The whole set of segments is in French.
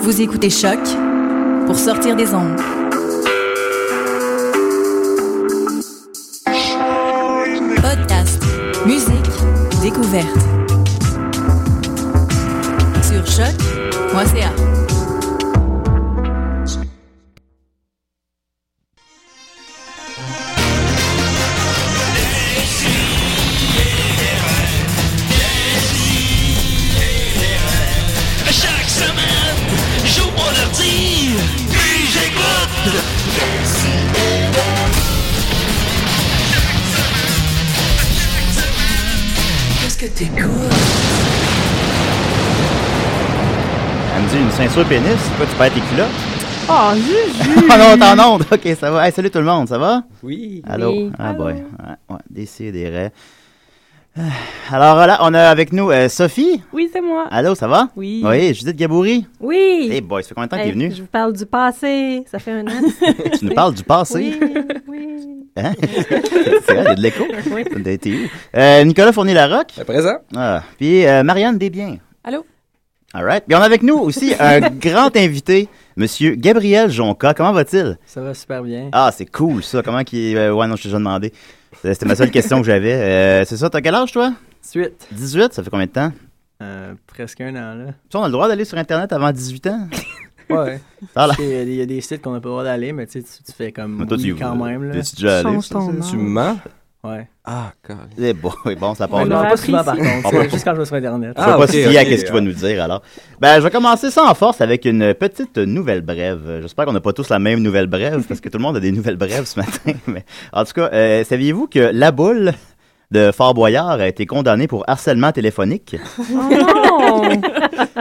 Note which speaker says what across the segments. Speaker 1: Vous écoutez Choc pour sortir des ondes. Podcast, musique, découverte. Sur choc.ca.
Speaker 2: Chaque semaine, j'ouvre mon ordi, puis j'écoute. Qu'est-ce que t'écoutes?
Speaker 3: Elle me dit une ceinture pénis, c'est quoi, tu perds tes culottes?
Speaker 4: Oh, Juju!
Speaker 3: Ah non, t'es en onde! Ok, ça va. Hey, salut tout le monde, ça va?
Speaker 5: Oui.
Speaker 3: Allô?
Speaker 4: Oui.
Speaker 3: Ah boy. Ouais, ouais, décidérez. Ah, Alors là, on a avec nous euh, Sophie.
Speaker 4: Oui, c'est moi.
Speaker 3: Allô, Eh, ça va?
Speaker 4: Oui.
Speaker 3: Oui, Judith Gabouri.
Speaker 4: Oui!
Speaker 3: Hey boy, ça fait combien de temps que t'es
Speaker 4: Hey,
Speaker 3: venue?
Speaker 4: Je vous parle du passé. Ça fait un an.
Speaker 3: Tu nous parles du passé.
Speaker 4: oui, oui.
Speaker 3: Hein? c'est vrai, il y a de l'écho.
Speaker 4: Oui.
Speaker 3: T'as été où? Euh, Nicolas Fournier-Larocque.
Speaker 5: À présent?
Speaker 3: Ah, puis euh, Marianne Desbiens.
Speaker 4: Allô?
Speaker 3: All right. Puis on a avec nous aussi un grand invité, Monsieur Gabriel Jonca. Comment va-t-il?
Speaker 5: Ça va super bien.
Speaker 3: Ah, c'est cool ça. Comment qui. euh, ouais, non, je t'ai déjà demandé. Euh, C'était ma seule question que j'avais. Euh, c'est ça, t'as quel âge toi?
Speaker 5: Suite.
Speaker 3: 18, ça fait combien de temps?
Speaker 5: Euh, presque un an, là.
Speaker 3: Tu sais, on a le droit d'aller sur Internet avant 18 ans?
Speaker 5: Ouais.
Speaker 3: Ah là.
Speaker 5: Parce qu'il y a des- Il y a des sites qu'on n'a pas le droit d'aller, mais tu sais, tu- tu fais comme.
Speaker 3: Mais toi,
Speaker 5: oui,
Speaker 3: tu
Speaker 5: quand même, là.
Speaker 3: t'es-tu déjà allé?
Speaker 4: Change ton nom.
Speaker 6: Tu mens?
Speaker 5: Ouais.
Speaker 6: Ah, calme.
Speaker 3: Eh, bon, eh, bon, ça part
Speaker 5: On
Speaker 4: On
Speaker 5: ne
Speaker 3: là.
Speaker 4: l'a
Speaker 5: pas
Speaker 4: appris
Speaker 5: souvent, par
Speaker 4: ici.
Speaker 5: contre. C'est juste quand je vais sur Internet.
Speaker 3: Faut
Speaker 6: Ah,
Speaker 3: pas
Speaker 6: ok,
Speaker 3: se fier
Speaker 6: ok,
Speaker 3: à ce qu'il va
Speaker 6: ouais.
Speaker 3: nous dire alors. Ben, je vais commencer ça en force avec une petite nouvelle brève. Euh, J'espère qu'on n'a pas tous la même nouvelle brève parce que tout le monde a des nouvelles brèves ce matin. Mais, en tout cas, euh, saviez-vous que la boule de Fort Boyard a été condamnée pour harcèlement téléphonique?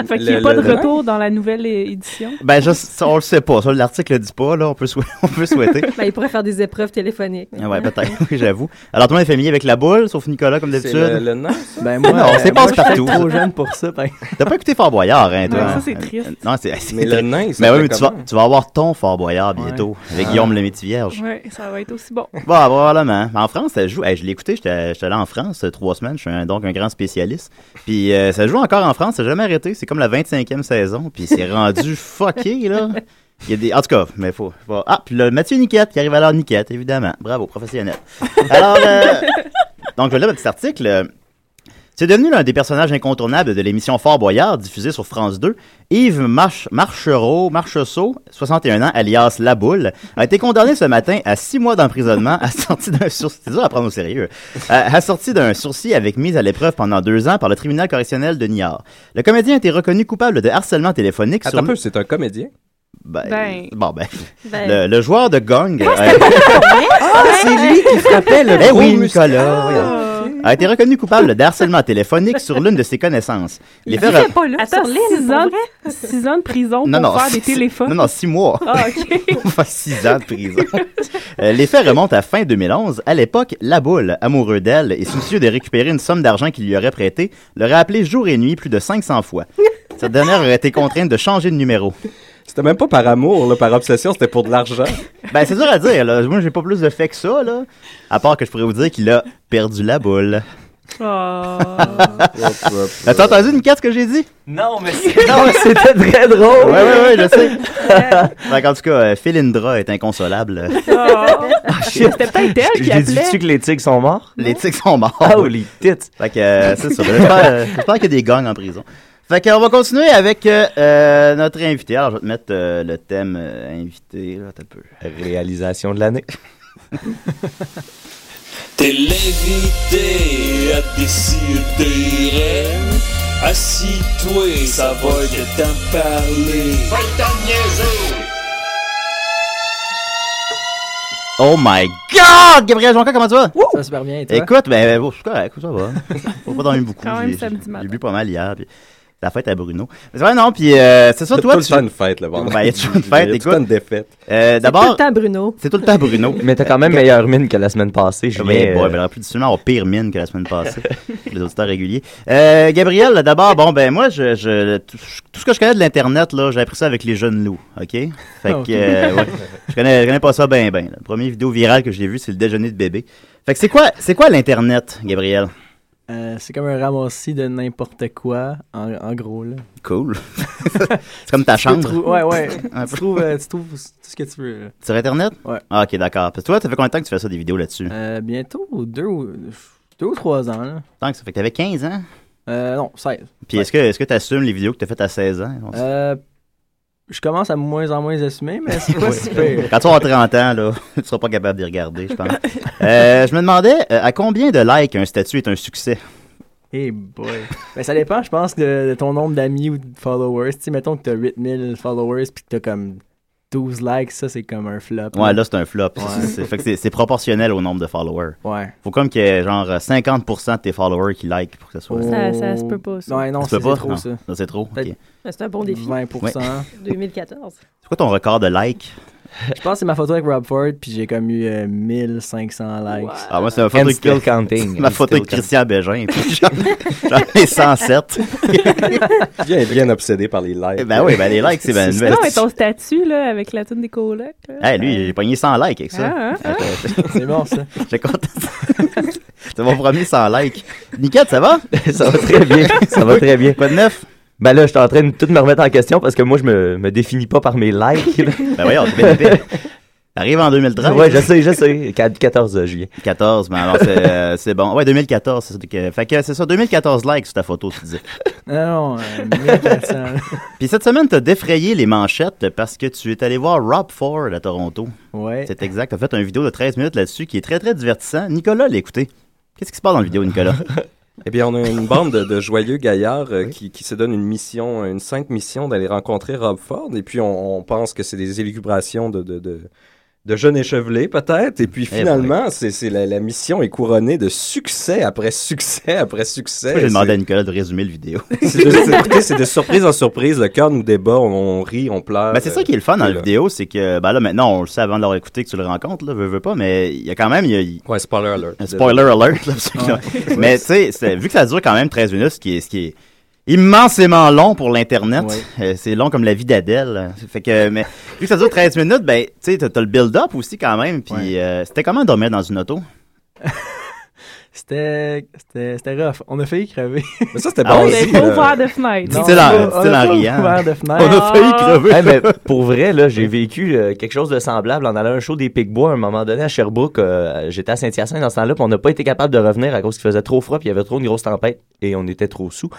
Speaker 7: Fait qu'il n'y
Speaker 6: Le-
Speaker 7: a pas
Speaker 6: le-
Speaker 7: de
Speaker 6: le-
Speaker 7: retour dans la nouvelle é- édition.
Speaker 3: Ben, je, ça, on le sait pas. Ça, l'article le dit pas, là. On peut, sou- on peut souhaiter.
Speaker 4: Ben, il pourrait faire des épreuves téléphoniques.
Speaker 3: Ah ouais, peut-être. Oui, j'avoue. Alors, tout le monde est familier avec la boule, sauf Nicolas, comme
Speaker 6: C'est le,
Speaker 3: d'habitude.
Speaker 6: le nom?
Speaker 5: Ben, moi,
Speaker 3: Non,
Speaker 5: euh,
Speaker 3: c'est
Speaker 5: moi, je suis
Speaker 3: passe-partout.
Speaker 5: peut-être trop jeune pour ça, ben. par exemple.
Speaker 3: T'as pas écouté Fort Boyard, hein, toi?
Speaker 7: Ouais, ça, c'est triste.
Speaker 3: Non, c'est. c'est-
Speaker 6: Mais le nain, c'est
Speaker 3: Mais oui, mais tu vas, tu vas avoir ton Fort Boyard bientôt,
Speaker 5: Ah.
Speaker 3: avec Guillaume le métier vierge.
Speaker 7: Ouais, ça va être aussi bon.
Speaker 3: Bon, probablement. En France, ça joue. Hey, je l'ai écouté, j'étais j'étais allé en France euh, trois semaines. Je suis un- donc un grand spécialiste. Puis euh, ça joue encore en France, ça n'a jamais arrêté. C'est comme la 25e saison. Puis c'est rendu fucké, là. Il y a des... En tout cas, mais faut. faut- Ah, puis le Mathieu Niquette qui arrive à l'heure Niquette, évidemment. Bravo, professionnel. Alors, euh, donc je vais lire le petit article. euh, C'est devenu l'un des personnages incontournables de l'émission Fort Boyard, diffusée sur France 2. Yves Marche, Marchereau, Marcheseau, 61 ans, alias La Boule, a été condamné ce matin à six mois d'emprisonnement assorti d'un sursis. C'est dur à prendre au sérieux. Euh, assorti d'un sursis avec mise à l'épreuve pendant deux ans par le tribunal correctionnel de Niort. Le comédien a été reconnu coupable de harcèlement téléphonique
Speaker 6: Attends
Speaker 3: sur...
Speaker 6: un peu, c'est un comédien.
Speaker 3: Ben,
Speaker 7: Ben.
Speaker 3: Bon, ben,
Speaker 4: Ben,
Speaker 3: le, le joueur de gong... euh,
Speaker 7: Ah,
Speaker 6: C'est lui qui frappait le
Speaker 3: Eh
Speaker 6: gros
Speaker 3: oui,
Speaker 6: muscle.
Speaker 3: Nicolas, voyons. a été reconnu coupable de harcèlement téléphonique sur l'une de ses connaissances. Les faits re-
Speaker 4: il est pas
Speaker 6: Ah,
Speaker 4: là,
Speaker 7: Attends,
Speaker 4: sur l'île,
Speaker 7: 6
Speaker 4: pour
Speaker 7: ans,
Speaker 4: vrai.
Speaker 7: six ans de prison pour faire des
Speaker 3: six-
Speaker 7: téléphones.
Speaker 3: Non, non, six mois.
Speaker 7: Ah, OK.
Speaker 3: Enfin, six ans de prison. Euh, les faits remontent à fin 2011. À l'époque, la boule, amoureux d'elle et soucieux de récupérer une somme d'argent qu'il lui aurait prêtée, l'aurait appelé jour et nuit plus de 500 fois. Cette dernière aurait été contrainte de changer de numéro.
Speaker 6: C'était même pas par amour, là, par obsession, c'était pour de l'argent.
Speaker 3: Ben, c'est dur à dire, là. Moi, j'ai pas plus de faits que ça, là. À part que je pourrais vous dire qu'il a perdu la boule.
Speaker 7: Ah.
Speaker 3: As-tu entendu, Nicolas, ce que j'ai dit?
Speaker 1: Ah,
Speaker 5: Non, mais c'est.
Speaker 3: Non,
Speaker 5: C'était
Speaker 3: Ouais,
Speaker 5: très drôle.
Speaker 3: ouais, ouais, je sais. Fait qu'en tout cas, euh, Philindra est inconsolable.
Speaker 7: Ah. C'était peut-être elle qui appelait.
Speaker 5: que les tigres sont morts?
Speaker 3: Les tics sont morts.
Speaker 5: Ah les tits!
Speaker 3: Fait que euh, c'est ça. J'espère euh, j'espère qu'il y a des gangs en prison. Fait qu'on va continuer avec euh, euh, notre invité. Alors, je vais te mettre euh, le thème euh, invité. Là, attends un peu.
Speaker 6: Réalisation de l'année.
Speaker 2: T'es l'invité à décider. Assis-toi, ça va de t'en parler. Va t'en niaiser!
Speaker 3: Oh my God! Gabriel Jonca, comment tu vas?
Speaker 5: Ça va super bien, et toi?
Speaker 3: Écoute, ben, bon, je suis correct, ça va. Faut pas dormir beaucoup.
Speaker 7: Quand même
Speaker 3: J'ai-
Speaker 7: samedi
Speaker 3: j'ai-
Speaker 7: matin.
Speaker 3: J'ai bu pas mal hier. Puis, la fête à Bruno. Mais c'est vrai, non, puis euh, c'est ça,
Speaker 6: C'est
Speaker 3: toi,
Speaker 6: tout le
Speaker 3: tu...
Speaker 6: temps une fête, le vendredi.
Speaker 3: Ben, il y a toujours une
Speaker 6: Il y
Speaker 3: fête,
Speaker 6: a tout le
Speaker 3: écoute.
Speaker 6: temps une défaite.
Speaker 3: Euh,
Speaker 4: Tout le
Speaker 3: D'abord,
Speaker 4: temps, Bruno.
Speaker 3: c'est tout le temps Bruno.
Speaker 8: Mais t'as quand même meilleure mine que la semaine passée,
Speaker 3: Oui,
Speaker 8: Julien.
Speaker 3: ouais, ben, elle aurait pu sûrement avoir pire mine que la semaine passée, pour les auditeurs réguliers. Euh, Gabriel, d'abord, bon, ben moi, je, je- tout, tout ce que je connais de l'Internet, là, j'ai appris ça avec les jeunes loups, OK? Fait
Speaker 9: Ah,
Speaker 3: que,
Speaker 5: Ok.
Speaker 3: euh, ouais, je, connais, je connais pas ça ben, bien, bien. La première vidéo virale que j'ai vue, c'est le déjeuner de bébé. Fait que c'est quoi, c'est quoi l'Internet, Gabriel?
Speaker 9: Euh, c'est comme un ramassis de n'importe quoi, en, en gros. Là.
Speaker 3: Cool. c'est comme ta
Speaker 9: Tu peux
Speaker 3: chambre.
Speaker 9: trou- Ouais, ouais.
Speaker 3: Un
Speaker 9: tu,
Speaker 3: peu.
Speaker 9: trouves, euh, tu trouves tout ce que tu veux. là.
Speaker 3: Sur Internet?
Speaker 9: Ouais.
Speaker 3: Ah, ok, d'accord. Parce que toi, ça fait combien de temps que tu fais ça, des vidéos là-dessus?
Speaker 9: Euh, bientôt, deux ou, deux ou trois ans. Là.
Speaker 3: Tant que ça fait que t'avais 15 ans.
Speaker 9: Euh, non, 16.
Speaker 3: Puis est-ce que est-ce que t'assumes les vidéos que t'as faites à 16 ans? On-
Speaker 9: Euh, je commence à moins en moins assumer, mais c'est pas si pire.
Speaker 3: Quand tu auras 30 ans, là, tu seras pas capable d'y regarder, je pense. Euh, je me demandais euh, à combien de likes un statut est un succès?
Speaker 9: Eh boy. Ben, ça dépend, je pense, de, de ton nombre d'amis ou de followers. Tu sais, mettons que t'as 8000 followers puis que t'as comme 12 likes, ça, c'est comme un flop.
Speaker 3: Ouais, là, c'est un flop.
Speaker 9: Ouais.
Speaker 3: C'est- c'est- fait que c'est- c'est proportionnel au nombre de followers.
Speaker 9: Ouais.
Speaker 3: Faut comme qu'il y ait genre 50% de tes followers qui likent pour que ce soit.
Speaker 4: Ça- ça se peut pas, ça.
Speaker 9: Oh. Ouais, non,
Speaker 3: Tu peux
Speaker 9: c'est
Speaker 3: pas?
Speaker 9: c'est trop,
Speaker 3: Non.
Speaker 9: ça.
Speaker 3: Non, c'est trop. ok.
Speaker 9: Peut-être-
Speaker 4: Mais C'est un bon défi.
Speaker 9: 20%.
Speaker 4: 2014.
Speaker 3: C'est quoi ton record de likes?
Speaker 9: je pense que c'est ma photo avec Rob Ford, puis j'ai comme eu euh, 1500 likes.
Speaker 3: Ah, moi, c'est ma photo,
Speaker 5: And
Speaker 3: de-
Speaker 5: still counting.
Speaker 3: ma
Speaker 5: And
Speaker 3: photo
Speaker 5: still
Speaker 3: avec Christian Bégin. puis J'en j'en ai 107.
Speaker 6: Bien, bien obsédé par les likes.
Speaker 3: Ben oui, ben les likes, c'est ben
Speaker 7: Non, mais ton statut, là, avec la tune des colocs. là.
Speaker 3: Hey, lui, j'ai pogné 100 likes avec ça.
Speaker 7: Ah, hein, hein?
Speaker 9: C'est bon, ça.
Speaker 3: J'ai content. c'est mon premier 100 likes. Niquette, ça va?
Speaker 5: counting. ça va très bien. Ça va très bien.
Speaker 3: Quoi de neuf?
Speaker 5: Ben là, je suis en train de tout me remettre en question parce que moi, je me, me définis pas par mes likes.
Speaker 3: Ben voyons, c'est bien épais. Arrive en 2013.
Speaker 5: ouais, je sais, je sais. Quat- 14 juillet.
Speaker 3: 14, mais alors c'est, euh, c'est bon. Ouais, 2014, c'est ça. que- Fait que c'est ça, 2014 likes sur ta photo, tu dis.
Speaker 9: Non, non, euh, 1400.
Speaker 3: Puis cette semaine, t'as défrayé les manchettes parce que tu es allé voir Rob Ford à Toronto.
Speaker 9: Ouais.
Speaker 3: C'est exact. T'as fait une vidéo de 13 minutes là-dessus qui est très, très divertissant. Nicolas l'a écouté. Qu'est-ce qui se passe dans la vidéo, Nicolas?
Speaker 6: Eh bien, on a une bande de, de joyeux gaillards euh, qui, qui se donne une mission, une sainte mission d'aller rencontrer Rob Ford. Et puis, on, on pense que c'est des élucubrations de, de, de, de jeunes échevelés, peut-être. Et puis,
Speaker 3: boy.
Speaker 6: finalement, c'est c'est la, la mission est couronnée de succès après succès après succès.
Speaker 3: Moi, j'ai demandé à
Speaker 6: C'est-
Speaker 3: Nicolas de résumer le vidéo.
Speaker 6: c'est de- c'est- écoutez, c'est de surprise en surprise. Le cœur nous débat, on, on rit, on pleure.
Speaker 3: Ben, c'est ça qui est le fun dans
Speaker 6: c'est
Speaker 3: la
Speaker 6: là.
Speaker 3: vidéo, c'est que, ben là, maintenant, on le sait avant de l'avoir écouté que tu le rencontres, là, veux, veux pas, mais il y a quand même, il y a- il-
Speaker 6: Ouais, spoiler alert.
Speaker 3: un spoiler alert, là, parce que là- mais tu sais, c'est- vu que ça dure quand même 13 minutes, ce qui est, ce qui est immensément long pour l'Internet, euh, c'est long comme la vie d'Adèle, euh, fait que, mais vu que ça dure 13 minutes, ben, tu sais, t'as t'as le build-up aussi quand même, puis
Speaker 9: Ouais.
Speaker 3: euh, c'était comment dormir dans une auto?
Speaker 9: C'était, c'était, c'était rough. On a failli crever.
Speaker 6: Mais ça, c'était
Speaker 3: Ah
Speaker 6: bon.
Speaker 7: On
Speaker 3: oui,
Speaker 6: aussi,
Speaker 7: n'avait pas
Speaker 6: là.
Speaker 7: ouvert de fenêtre.
Speaker 3: Non.
Speaker 7: Non.
Speaker 3: Style en-
Speaker 9: on a- on a
Speaker 3: style en
Speaker 9: pas
Speaker 3: riant.
Speaker 9: ouvert de fenêtre. Ah.
Speaker 3: On a failli crever!
Speaker 5: Eh, mais pour vrai, là, j'ai vécu euh, quelque chose de semblable en allant à un show des Picbois à un moment donné à Sherbrooke. euh, J'étais à Saint-Hyacinthe dans ce temps-là, puis on n'a pas été capable de revenir à cause qu'il faisait trop froid, puis il y avait trop une grosse tempête, et on était trop sous.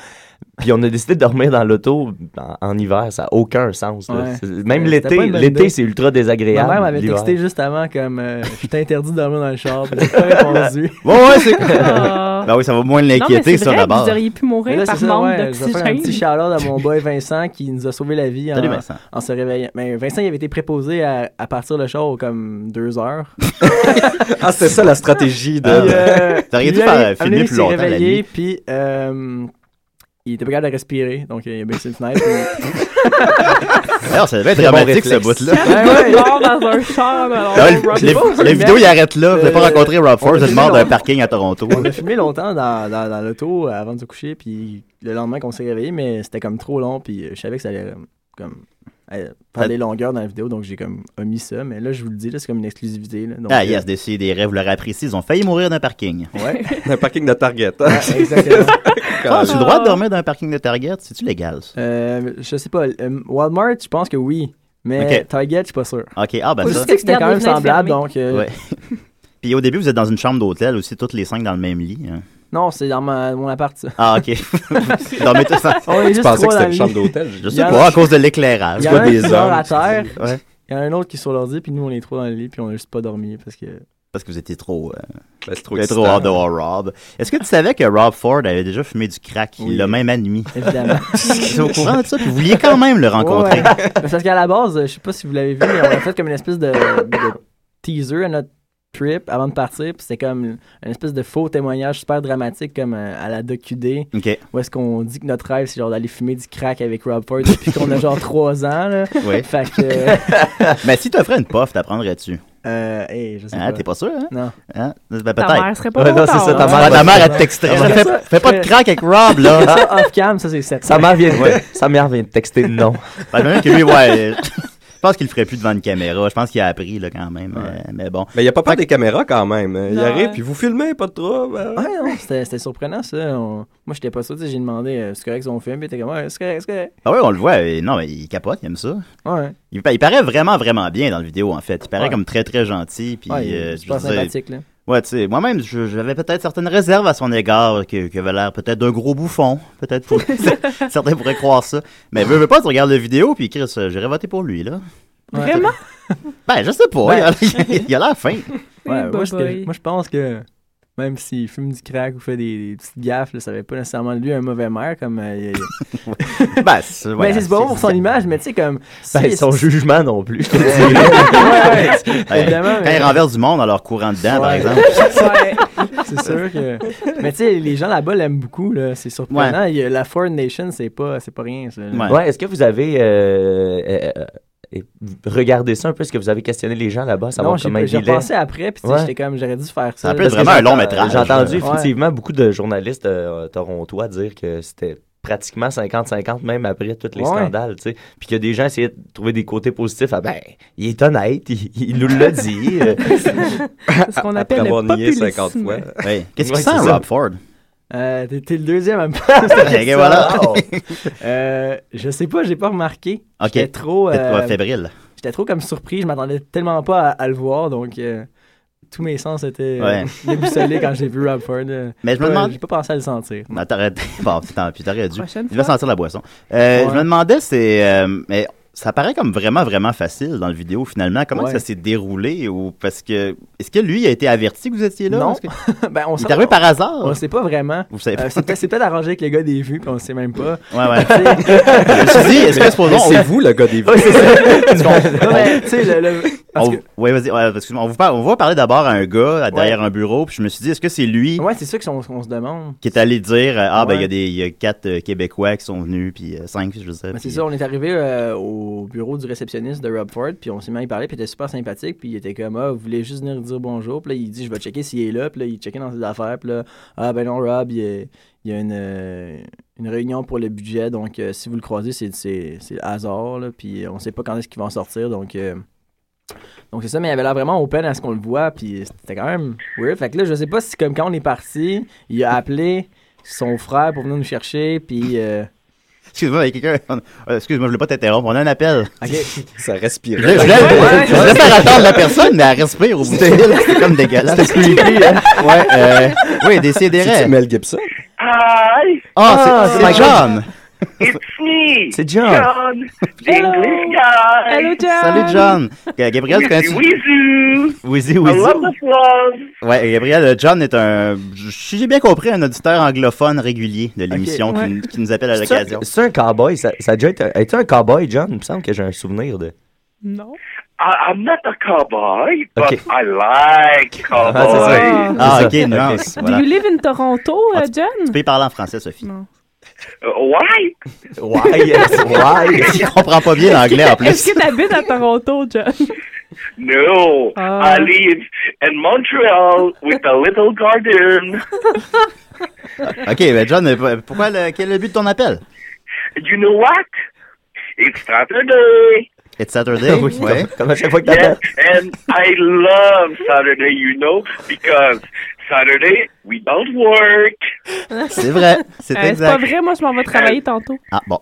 Speaker 5: Puis on a décidé de dormir dans l'auto en, en hiver, ça n'a aucun sens. là.
Speaker 9: Ouais. Euh,
Speaker 5: C'est- Même
Speaker 9: C'était
Speaker 5: l'été,
Speaker 9: pas une bonne
Speaker 5: l'été
Speaker 9: idée.
Speaker 5: c'est ultra
Speaker 9: Ma
Speaker 5: désagréable.
Speaker 9: mère m'avait
Speaker 5: l'hiver.
Speaker 9: texté juste avant comme euh, je t'interdis de dormir dans le char. puis J'ai pas répondu.
Speaker 3: Ouais, ouais, c'est cool.
Speaker 7: Ah.
Speaker 3: Ben oui, ça va moins
Speaker 7: Non, mais
Speaker 3: l'inquiéter,
Speaker 7: c'est
Speaker 3: ça,
Speaker 7: vrai,
Speaker 3: d'abord.
Speaker 7: vous auriez pu
Speaker 9: Mais
Speaker 7: mourir
Speaker 9: là, c'est
Speaker 7: par
Speaker 9: ça,
Speaker 7: manque
Speaker 9: ouais, je vais faire un petit
Speaker 7: d'oxygène.
Speaker 9: shout-out à mon boy Vincent qui nous a sauvé la vie en,
Speaker 3: Salut, Vincent.
Speaker 9: en se réveillant. Mais Vincent, il avait été préposé à, à partir le char aux comme deux heures.
Speaker 6: Ah, c'était ça la stratégie de.
Speaker 3: Ah,
Speaker 9: Puis, euh,
Speaker 3: T'as rien
Speaker 9: puis là,
Speaker 3: dû faire
Speaker 9: il-
Speaker 3: filmer
Speaker 9: il
Speaker 3: plus
Speaker 9: s'est
Speaker 3: longtemps la
Speaker 9: réveillé,
Speaker 3: nuit.
Speaker 9: Puis euh, il était pas capable de respirer, donc euh, il a baissé une fenêtre. puis-
Speaker 3: Alors, ça devait être
Speaker 5: Très bon
Speaker 3: dramatique, ce
Speaker 5: réflexe.
Speaker 3: bout-là.
Speaker 9: Ouais, ouais.
Speaker 7: Mort dans un char, alors.
Speaker 3: Ah ouais, le-
Speaker 7: Rob
Speaker 3: le-
Speaker 7: Ford.
Speaker 3: la vidéo, il arrête là. Vous n'avez pas
Speaker 9: Euh,
Speaker 3: rencontré Rob Ford,
Speaker 9: on
Speaker 3: vous
Speaker 9: a
Speaker 3: êtes mort
Speaker 9: filmé
Speaker 3: d'un
Speaker 9: dans-
Speaker 3: parking à Toronto.
Speaker 9: On a fumé longtemps dans, dans, dans l'auto euh, avant de se coucher, puis le lendemain qu'on s'est réveillé, mais c'était comme trop long, puis euh, je savais que ça allait euh, comme euh, faire des longueurs dans la vidéo, donc j'ai comme omis ça, mais là je vous le dis, là, c'est comme une exclusivité. Là, donc,
Speaker 3: Ah,
Speaker 9: euh,
Speaker 3: yes, des si, des rêves, vous l'aurez apprécié. Ils ont failli mourir d'un parking.
Speaker 9: Ouais,
Speaker 6: Un parking de Target. hein.
Speaker 9: ouais, exactement.
Speaker 3: Ah, tu le droit de dormir dans un parking de Target? C'est-tu légal, ça?
Speaker 9: Euh, je sais pas, euh, Walmart, je pense que oui, mais
Speaker 3: Ok.
Speaker 9: Target, je suis pas sûr.
Speaker 3: OK, ah, ben
Speaker 9: Je
Speaker 3: ça.
Speaker 9: sais que c'était quand même
Speaker 4: Garde les fenêtres
Speaker 9: semblable,
Speaker 4: fermées.
Speaker 9: donc euh,
Speaker 3: Ouais. Puis au début, vous êtes dans une chambre d'hôtel aussi, toutes les cinq dans le même lit. hein.
Speaker 9: non, c'est dans ma- mon appart. ça.
Speaker 3: Ah, OK. Vous dormez tous ensemble.
Speaker 9: On est
Speaker 6: Je
Speaker 9: juste
Speaker 6: pensais que
Speaker 9: trois
Speaker 6: c'était une
Speaker 9: dans
Speaker 6: chambre
Speaker 9: le lit.
Speaker 6: d'hôtel.
Speaker 3: Je
Speaker 9: Il
Speaker 3: sais
Speaker 9: y en a-
Speaker 3: pas, à cause de l'éclairage.
Speaker 9: Il y en
Speaker 6: vois
Speaker 9: a un
Speaker 6: des
Speaker 9: qui dort
Speaker 6: hommes
Speaker 9: à
Speaker 6: qui sont-
Speaker 9: terre,
Speaker 3: Ouais.
Speaker 9: il y en a un autre qui est sur l'ordi, puis nous on est trois dans le lit, puis on a juste pas dormi parce que
Speaker 3: Parce que vous étiez trop, euh,
Speaker 6: Ben, c'est
Speaker 3: vous
Speaker 6: trop
Speaker 3: étiez trop
Speaker 6: excitant.
Speaker 3: hard de voir Rob. Est-ce que tu savais que Rob Ford avait déjà fumé du crack
Speaker 9: Oui.
Speaker 3: le même admis?
Speaker 9: évidemment.
Speaker 3: Vous êtes au courant de ça? Puis vous vouliez quand même le rencontrer.
Speaker 9: Ouais, ouais. Mais Parce qu'à la base, euh, je sais pas si vous l'avez vu, mais on a fait comme une espèce de, de teaser à notre trip avant de partir. Puis c'était comme une espèce de faux témoignage super dramatique, comme euh, à la DocuD,
Speaker 3: OK,
Speaker 9: où est-ce qu'on dit que notre rêve, c'est genre d'aller fumer du crack avec Rob Ford depuis qu'on a genre 3 ans. Là.
Speaker 3: oui.
Speaker 9: Fait que. euh,
Speaker 3: Mais si tu offrais une puff, t'apprendrais-tu?
Speaker 9: euh, hey, je sais
Speaker 3: Hein,
Speaker 9: pas.
Speaker 3: t'es pas sûr, hein?
Speaker 9: Non.
Speaker 3: Hein? Ben,
Speaker 7: Ta
Speaker 3: peut-être.
Speaker 7: mère serait pas
Speaker 5: Ouais, non,
Speaker 7: contente.
Speaker 5: c'est ça, ta
Speaker 9: hein.
Speaker 5: mère.
Speaker 3: Ta mère, elle t'extrait.
Speaker 9: Ouais. Ah,
Speaker 3: Fais, fais pas de crack avec Rob, là.
Speaker 9: Ça, off-cam, ça, c'est certain.
Speaker 5: Sa mère vient de, sa mère vient de texter non.
Speaker 3: Ben, je me demande que lui, ouais. euh, pense qu'il le ferait plus devant une caméra. Je pense qu'il a appris, là, quand même. euh, mais bon.
Speaker 6: Mais il n'y a pas peur des caméras quand même. Il
Speaker 7: Non,
Speaker 6: arrive,
Speaker 7: ouais.
Speaker 6: puis vous filmez, pas de trouble. hein.
Speaker 9: Ouais, non, c'était c'était surprenant, ça. On- Moi, j'étais pas sûr. tu sais, J'ai demandé, euh, c'est correct son film? Puis il était comme, ouais, c'est correct, c'est correct.
Speaker 3: Ah ouais, on le voit. euh, non, mais il capote, il aime ça.
Speaker 9: Ouais,
Speaker 3: Il, pa- il paraît vraiment, vraiment bien dans la vidéo, en fait. Il paraît
Speaker 9: Ouais.
Speaker 3: comme très, très gentil. Puis,
Speaker 9: ouais,
Speaker 3: euh,
Speaker 9: c'est
Speaker 3: je veux
Speaker 9: pas
Speaker 3: dire,
Speaker 9: sympathique, là.
Speaker 3: Ouais, tu sais, moi-même, je- j'avais peut-être certaines réserves à son égard, qui qui avait l'air peut-être d'un gros bouffon, peut-être pour- certains pourraient croire ça. Mais veux, veux pas, tu regardes la vidéo, puis Chris, euh, j'irais voter pour lui, là.
Speaker 9: Ouais.
Speaker 7: Vraiment?
Speaker 3: Ben, je sais pas, il a- il, a, l'air fin.
Speaker 9: Ouais,
Speaker 7: Eh,
Speaker 9: moi, je,
Speaker 7: boy.
Speaker 9: moi, je pense que même s'il fume du crack ou fait des, des petites gaffes, là, ça avait pas nécessairement lui un mauvais maire. Comme, euh, il- il-
Speaker 3: Ben, c'est
Speaker 9: ben,
Speaker 3: voilà,
Speaker 9: c'est bon pour son image, mais tu sais, comme.
Speaker 5: Ben,
Speaker 9: si-
Speaker 5: son jugement non plus. je te dis.
Speaker 9: ouais, ouais,
Speaker 3: Ouais.
Speaker 9: évidemment,
Speaker 3: Quand
Speaker 9: mais-
Speaker 3: il renverse du monde en leur courant dedans, par
Speaker 9: Ouais.
Speaker 3: exemple.
Speaker 9: C'est sûr que. Mais tu sais, les gens là-bas l'aiment beaucoup, là. C'est surprenant. Il y a la Foreign Nation, c'est pas, c'est pas rien, ça.
Speaker 3: Ouais.
Speaker 5: Ouais, est-ce que vous avez euh, euh, euh, regardé ça un peu? Est-ce que vous avez questionné les gens là-bas,
Speaker 9: Non,
Speaker 5: savoir
Speaker 9: j'ai
Speaker 5: comment ils
Speaker 9: j'ai
Speaker 5: vivaient?
Speaker 9: pensé après, puis tu sais,
Speaker 5: Ouais.
Speaker 9: j'étais comme, j'aurais dû faire ça.
Speaker 3: Ça peut
Speaker 9: là.
Speaker 3: être vraiment un long métrage.
Speaker 5: J'ai entendu
Speaker 9: Ouais.
Speaker 5: effectivement beaucoup de journalistes euh, torontois dire que c'était pratiquement 50-50 même après tous les
Speaker 9: Ouais.
Speaker 5: scandales, tu sais. Puis que des gens essayaient de trouver des côtés positifs. Ah ben, il est honnête, il, il nous l'a dit. Euh,
Speaker 7: C'est ce qu'on
Speaker 6: Après
Speaker 7: appelle
Speaker 6: avoir
Speaker 7: le
Speaker 6: nié
Speaker 7: populisme.
Speaker 6: 50 fois.
Speaker 3: Ouais. Qu'est-ce
Speaker 5: Ouais,
Speaker 3: qu'il sent,
Speaker 5: c'est ça.
Speaker 3: Rob Ford?
Speaker 9: Euh, t'es, t'es le deuxième à me
Speaker 3: Ok, voilà.
Speaker 5: wow.
Speaker 9: Euh, je sais pas, j'ai pas remarqué.
Speaker 3: Ok.
Speaker 9: J'étais trop,
Speaker 3: Peut-être
Speaker 9: euh,
Speaker 3: pas fébrile.
Speaker 9: j'étais trop comme surpris. Je m'attendais tellement pas à, à le voir, donc euh, tous mes sens étaient euh,
Speaker 3: Ouais.
Speaker 9: déboussolés quand j'ai vu Rob Ford. euh,
Speaker 3: Mais je me
Speaker 9: pas-
Speaker 3: demande...
Speaker 9: j'ai pas pensé à le sentir.
Speaker 3: Non, t'aurais... Ben, Bon, tant pis, t'aurais dû.
Speaker 7: Prochaine
Speaker 3: Il va
Speaker 7: fois.
Speaker 3: sentir la boisson. Euh,
Speaker 9: Ouais.
Speaker 3: Je me demandais, c'est. euh, mais ça paraît comme vraiment, vraiment facile dans le vidéo finalement. Comment
Speaker 9: Ouais.
Speaker 3: ça s'est déroulé ou parce que est-ce que lui a été averti que vous étiez là
Speaker 9: Non.
Speaker 3: Parce que-
Speaker 9: ben, on
Speaker 3: Il
Speaker 9: s'en-
Speaker 3: est arrivé par hasard.
Speaker 9: On sait pas vraiment.
Speaker 3: Vous savez.
Speaker 9: Euh, c'est, peut-être, c'est peut-être arrangé avec les gars des vues, puis on sait même pas.
Speaker 3: Ouais, ouais.
Speaker 9: Tu sais,
Speaker 3: Je me suis dit, est-ce que supposons-
Speaker 6: Mais c'est vous le gars des vues.
Speaker 9: non, mais, tu sais, le- le- parce
Speaker 3: on-
Speaker 9: que-
Speaker 3: ouais, vas-y, ouais, excuse-moi, on, vous parle- on va parler d'abord à un gars à- derrière un bureau, puis je me suis dit, est-ce que c'est lui
Speaker 9: ouais, c'est ça qu'on qu'on se demande.
Speaker 3: qui est allé dire, euh, ah ben il y a
Speaker 9: Ouais.
Speaker 3: des il y a quatre euh, Québécois qui sont venus, puis euh, cinq, je sais.
Speaker 9: Mais Ben, c'est
Speaker 3: puis-
Speaker 9: ça, on est arrivé euh, au bureau du réceptionniste de Rob Ford, puis on s'est mis à y parler, puis il était super sympathique, puis il était comme Ah, vous voulez juste venir dire bonjour, puis là, il dit Je vais checker s'il est là, puis là, il checkait dans ses affaires, puis là, Ah, ben non, Rob, il y a, il y a une, euh, une réunion pour le budget, donc euh, si vous le croisez, c'est, c'est, c'est le hasard, là, puis on sait pas quand est-ce qu'il va en sortir, donc. euh, donc c'est ça, mais il avait l'air vraiment open à ce qu'on le voit, puis c'était quand même weird. Fait que là, je sais pas si comme quand on est parti, il a appelé son frère pour venir nous chercher, puis euh,
Speaker 3: Excuse-moi, il y a quelqu'un. euh, Excuse-moi, je voulais pas t'interrompre, on a un appel.
Speaker 6: Ça
Speaker 3: Je
Speaker 6: respirait.
Speaker 3: voulais, je voulais- je voulais faire attendre la personne, mais elle respire au bout de l'île. C'est comme dégueulasse. C'était creepy, hein? Ouais, euh, oui,
Speaker 6: C'est
Speaker 3: décidérez.
Speaker 6: Mel Gibson.
Speaker 2: Hi,
Speaker 3: Ah, c'est- c'est John.
Speaker 2: it's me,
Speaker 5: C'est John.
Speaker 2: John, the English guy.
Speaker 7: Allô, John!
Speaker 3: Salut, John. Euh, Gabriel, tu connais-tu?
Speaker 2: Wizou,
Speaker 3: Wheezy,
Speaker 2: I
Speaker 3: Wheezy.
Speaker 2: love the vlog.
Speaker 3: Ouais, Gabriel, euh, John est un, je- si j'ai bien compris, un auditeur anglophone régulier de l'émission qui, nous- qui nous appelle à
Speaker 5: C'est
Speaker 3: l'occasion.
Speaker 5: un- C'est un cowboy. Ça, ça a déjà été. Es-tu un cowboy, John? Il me semble que j'ai un souvenir de.
Speaker 7: Non.
Speaker 2: I, I'm not a cowboy, but
Speaker 5: Okay.
Speaker 2: I like cowboys.
Speaker 7: Ah.
Speaker 3: Ah,
Speaker 5: ça.
Speaker 3: ok, nuance.
Speaker 7: Do
Speaker 3: Voilà. Ah,
Speaker 7: you live in Toronto, euh, John?
Speaker 3: Tu peux y parler en français, Sophie.
Speaker 2: Uh, Why?
Speaker 5: Why? yes, why?
Speaker 3: Je comprends pas bien l'anglais en
Speaker 7: Est-ce
Speaker 3: plus.
Speaker 7: que t'habites à Toronto, John?
Speaker 2: No,
Speaker 7: Ah.
Speaker 2: I live in Montreal with a little garden.
Speaker 3: Ok, ben John, euh, pourquoi le- quel est le but de ton appel?
Speaker 2: You know what? It's Saturday.
Speaker 3: It's Saturday.
Speaker 5: Oui,
Speaker 3: ouais.
Speaker 5: comme, comme à chaque fois que
Speaker 2: Yes,
Speaker 5: t'appelles.
Speaker 2: and I love Saturday, you know, because Saturday we don't work.
Speaker 3: C'est vrai. C'est
Speaker 7: Euh, c'est pas
Speaker 3: exact.
Speaker 7: vrai, moi, je m'en vais travailler tantôt.
Speaker 3: Ah, bon.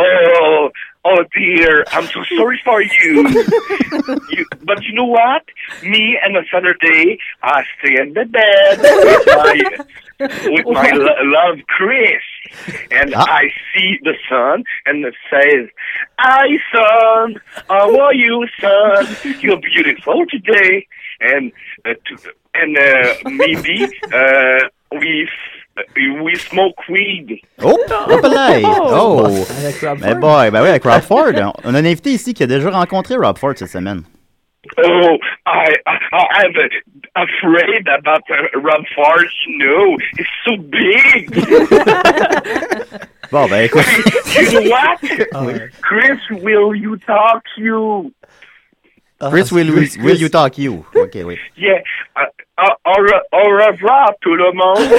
Speaker 2: Oh, oh dear, I'm so sorry for you. you. But you know what? Me and a Saturday, I stay in the bed with my, with my lo- love, Chris. And
Speaker 3: Ah.
Speaker 2: I see the sun and it says, Hi, son. How are you, son? You're beautiful today. And, uh, to, and uh, maybe uh, we, s- we smoke weed.
Speaker 3: Oh, hop là! Oh!
Speaker 9: avec Rob
Speaker 3: Mais
Speaker 9: Ford.
Speaker 3: boy, ben oui, avec Rob Ford. On- On a un invité ici qui a déjà rencontré Rob Ford cette semaine.
Speaker 2: Oh, I, I, I'm uh, afraid about uh, Rob Ford's snow. It's so big.
Speaker 3: Bon, ben écoute,
Speaker 2: you know what?
Speaker 5: Ah,
Speaker 2: Chris, will you talk you?
Speaker 5: Ah,
Speaker 3: Chris, will, will, will you talk you? Ok, oui.
Speaker 2: Yeah, I, Ah, au, re- au revoir tout le monde.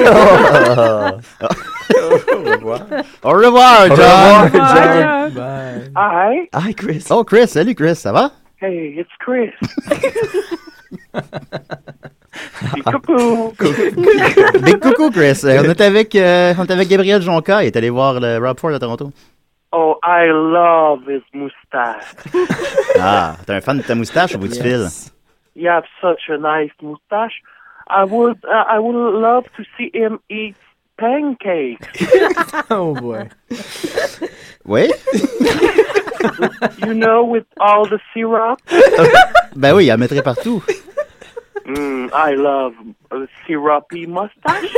Speaker 3: Ah, Au revoir, John!
Speaker 7: Bye.
Speaker 9: Bye.
Speaker 2: Hi.
Speaker 5: Hi, Chris.
Speaker 3: Oh, Chris, salut Chris, ça va?
Speaker 2: Hey, it's Chris. Puis coucou.
Speaker 3: Big coucou, Chris. Euh, on, est avec, euh, on est avec Gabriel Jonca, il est allé voir le Rob Ford à Toronto.
Speaker 2: Oh, I love his mustache.
Speaker 3: Ah, t'es un fan de ta moustache au bout du fil.
Speaker 2: You have such a nice mustache. I would, uh, I would love to see him eat pancakes.
Speaker 9: Oh boy.
Speaker 3: Oui?
Speaker 2: You know, with all the syrup.
Speaker 3: Ben oui, il en mettrait partout.
Speaker 2: Mm, I love a syrupy mustache.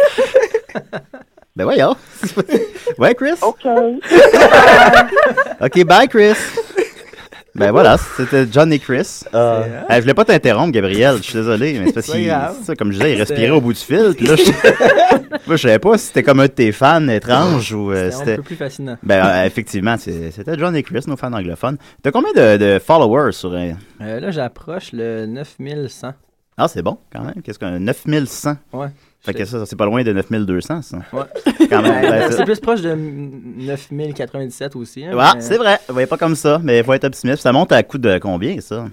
Speaker 3: Ben voyons. ouais, Chris?
Speaker 2: Okay.
Speaker 3: OK, bye, Chris. Ben voilà, c'était John et Chris. Euh, je voulais pas t'interrompre, Gabriel, je suis désolé, mais c'est parce
Speaker 9: C'est pas
Speaker 3: qu'il-
Speaker 9: grave.
Speaker 3: c'est ça, comme je disais, il respirait au bout du fil. Puis là, je... Moi, je savais pas si c'était comme un de tes fans étranges ou euh,
Speaker 9: C'était un
Speaker 3: c'était...
Speaker 9: peu plus fascinant.
Speaker 3: Ben euh, effectivement, c'est- c'était John et Chris, nos fans anglophones. T'as combien de, de followers sur... euh,
Speaker 9: Euh, là, j'approche le 9100.
Speaker 3: Ah, c'est bon, quand même. Qu'est-ce qu'un 9100?
Speaker 9: Ouais.
Speaker 3: Fait que ça, ça, c'est pas loin de 9200, ça.
Speaker 9: Ouais.
Speaker 3: Quand même.
Speaker 9: Ben,
Speaker 3: ben,
Speaker 9: c'est
Speaker 3: ça-
Speaker 9: plus proche de 9097 aussi. hein,
Speaker 3: Ouais,
Speaker 9: mais
Speaker 3: c'est vrai. Vous voyez pas comme ça, mais faut être optimiste. Ça monte à coup de combien, ça?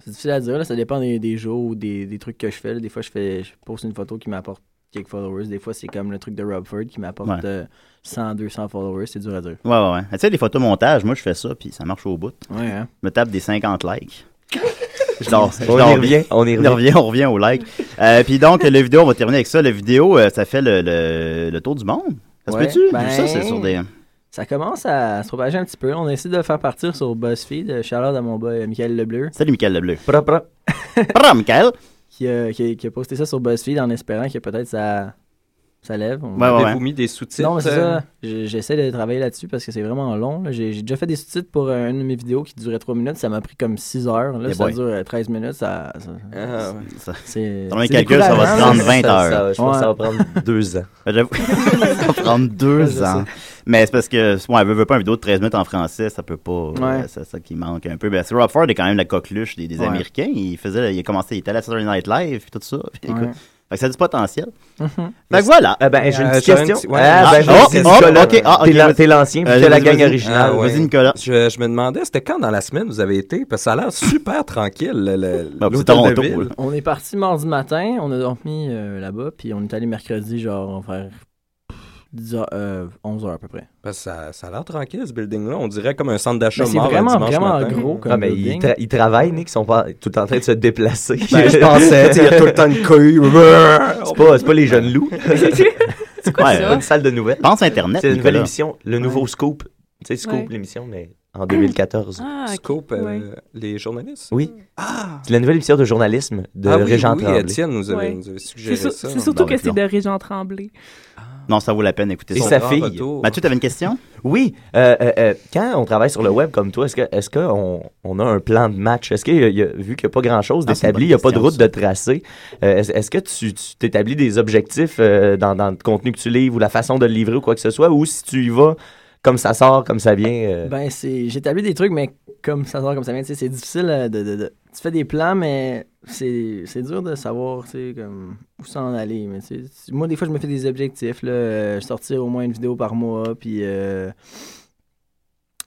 Speaker 9: C'est difficile à dire, là, ça dépend des, des jours ou des, des trucs que je fais. là. Des fois, je fais je poste une photo qui m'apporte quelques followers. Des fois, c'est comme le truc de Robford qui m'apporte
Speaker 3: Ouais.
Speaker 9: euh, 100, 200 followers. C'est dur à dire.
Speaker 3: Ouais, ouais, ouais. Tu sais, les photomontages, moi, je fais ça, puis ça marche au bout.
Speaker 9: Ouais, hein?
Speaker 3: Je me tape des 50 likes. Je dors. je
Speaker 5: On
Speaker 3: dors
Speaker 5: y
Speaker 3: bien.
Speaker 5: revient. On y
Speaker 3: On
Speaker 5: revient.
Speaker 3: revient, on revient au like. Euh, puis donc, le vidéo, on va terminer avec ça. Le vidéo, euh, ça fait le, le- le tour du monde. Ça se
Speaker 9: Ouais,
Speaker 3: peut-tu?
Speaker 9: ben-
Speaker 3: Ça, c'est sur des...
Speaker 9: Ça commence à se propager un petit peu. On essaie de le faire partir sur BuzzFeed. Charlotte à mon boy, euh, Michael Lebleu,
Speaker 3: Salut, Michael Lebleu.
Speaker 5: Propre, propre.
Speaker 3: Prends, Michael!
Speaker 9: qui a, qui, a, qui a posté ça sur BuzzFeed en espérant que peut-être ça, ça lève. On-
Speaker 3: Ouais, ouais, ouais.
Speaker 6: Avez-vous mis des sous-titres?
Speaker 9: Non, mais c'est
Speaker 6: euh,
Speaker 9: ça. J'ai- J'essaie de travailler là-dessus parce que c'est vraiment long. là. J'ai j'ai déjà fait des sous-titres pour euh, une de mes vidéos qui durait 3 minutes. Ça m'a pris comme 6 heures. Là,
Speaker 3: Eh
Speaker 9: ça
Speaker 3: boy.
Speaker 9: dure euh, 13 minutes. Ça, ça-
Speaker 6: Ah, ouais.
Speaker 3: Ça-
Speaker 9: c'est.
Speaker 3: Dans les
Speaker 9: c'est
Speaker 3: calculs, ça va se
Speaker 9: décourageant,
Speaker 3: rendre
Speaker 9: mais-
Speaker 3: 20
Speaker 5: Ça-
Speaker 3: heures.
Speaker 5: ça- Je pense que ça va prendre deux ans.
Speaker 3: Ben, J'avoue, ça va prendre deux ans. Mais c'est parce que, ouais, elle veut, veut pas une vidéo de 13 minutes en français, ça peut pas. euh,
Speaker 9: Ouais.
Speaker 3: c'est ça qui manque un peu. Ben, c'est Rob Ford est quand même la coqueluche des, des
Speaker 9: Ouais.
Speaker 3: Américains. Il faisait, il a commencé, il était à la Saturday Night Live, puis tout ça. Puis,
Speaker 9: Ouais.
Speaker 3: écoute, fait que ça a du potentiel.
Speaker 9: Mhm.
Speaker 3: Fait que voilà.
Speaker 5: Ah ben, j'ai une
Speaker 6: Euh,
Speaker 5: petite
Speaker 6: j'aurais une
Speaker 5: question.
Speaker 6: petite- ouais.
Speaker 5: Ah, ben,
Speaker 3: Ah,
Speaker 5: j'ai une
Speaker 3: oh,
Speaker 5: petite-
Speaker 3: oh,
Speaker 5: Nicolas,
Speaker 3: ok, ah, ok,
Speaker 5: t'es la-
Speaker 3: vas-y.
Speaker 5: t'es l'ancien, puis
Speaker 3: Euh,
Speaker 5: t'es la
Speaker 3: vas-y,
Speaker 5: gang
Speaker 3: vas-y.
Speaker 5: originale.
Speaker 6: Ah, ouais.
Speaker 3: Vas-y, Nicolas.
Speaker 6: Je, je me demandais, c'était quand dans la semaine vous avez été? Parce que ça a l'air super tranquille, le, le-
Speaker 9: Bah,
Speaker 3: Ben, c'est
Speaker 6: l'hôtel
Speaker 3: Toronto,
Speaker 6: de ville.
Speaker 3: là.
Speaker 9: On est parti mardi matin. On a dormi euh, là-bas. Puis on est allé mercredi, genre, vers 10 heures, euh, 11 heures à peu près.
Speaker 6: Parce que ça, ça a l'air tranquille, ce building-là. On dirait comme un centre d'achat
Speaker 9: Mais Ben, c'est
Speaker 6: mort à
Speaker 9: vraiment,
Speaker 6: dimanche
Speaker 9: vraiment
Speaker 6: matin.
Speaker 9: gros comme
Speaker 5: Ah, mais ils,
Speaker 9: building.
Speaker 5: tra- ils travaillent, Nick, ils sont pas tout le temps en train de se déplacer.
Speaker 6: Ben, je pensais, tu sais, il y a tout le temps une queue.
Speaker 5: c'est pas, c'est pas les jeunes loups.
Speaker 1: C'est quoi
Speaker 3: Ouais,
Speaker 1: ça?
Speaker 5: une salle de nouvelles.
Speaker 3: Pense Internet,
Speaker 5: C'est une nouvelle
Speaker 3: Nicolas.
Speaker 5: émission, le nouveau Scoop. Tu sais, Scoop,
Speaker 7: Ouais.
Speaker 5: l'émission, mais en 2014.
Speaker 7: Ah, ok.
Speaker 6: Scoop, euh,
Speaker 7: Ouais.
Speaker 6: les journalistes.
Speaker 5: Oui.
Speaker 6: Ah,
Speaker 5: C'est la nouvelle émission de journalisme de
Speaker 6: ah oui,
Speaker 5: Régent
Speaker 6: oui,
Speaker 5: Tremblay.
Speaker 6: Étienne nous avait,
Speaker 7: Ouais.
Speaker 6: nous avait
Speaker 7: C'est
Speaker 6: suggéré
Speaker 7: sur-
Speaker 6: ça.
Speaker 7: c'est surtout
Speaker 3: Bon, ben,
Speaker 7: que c'est de Régent Tremblay.
Speaker 3: Non, ça vaut la peine d'écouter
Speaker 5: Et
Speaker 3: ça.
Speaker 5: sa
Speaker 6: grand
Speaker 5: fille.
Speaker 6: retour.
Speaker 3: Mathieu, t'avais une question?
Speaker 5: Oui, euh, euh, euh, quand on travaille sur le web comme toi, est-ce que est-ce qu'on on a un plan de match? Est-ce que y a- y a- vu qu'il n'y a pas grand-chose
Speaker 3: Ah, c'est une
Speaker 5: d'établi, il
Speaker 3: bonne
Speaker 5: n'y a pas de
Speaker 3: question,
Speaker 5: route
Speaker 3: ça.
Speaker 5: de tracé, euh, est-ce est-ce que tu tu t'établis des objectifs euh, dans, dans le contenu que tu livres ou la façon de le livrer ou quoi que ce soit, ou si tu y vas comme ça sort, comme ça vient? euh,
Speaker 9: Ben, c'est. J'établis des trucs, mais comme ça sort, comme ça vient, tu sais, c'est difficile euh, de, de- de- Tu fais des plans, mais c'est c'est dur de savoir, tu sais, comme. Où s'en aller. Mais, tu sais, moi, des fois, je me fais des objectifs, là. euh, sortir au moins une vidéo par mois, puis. euh,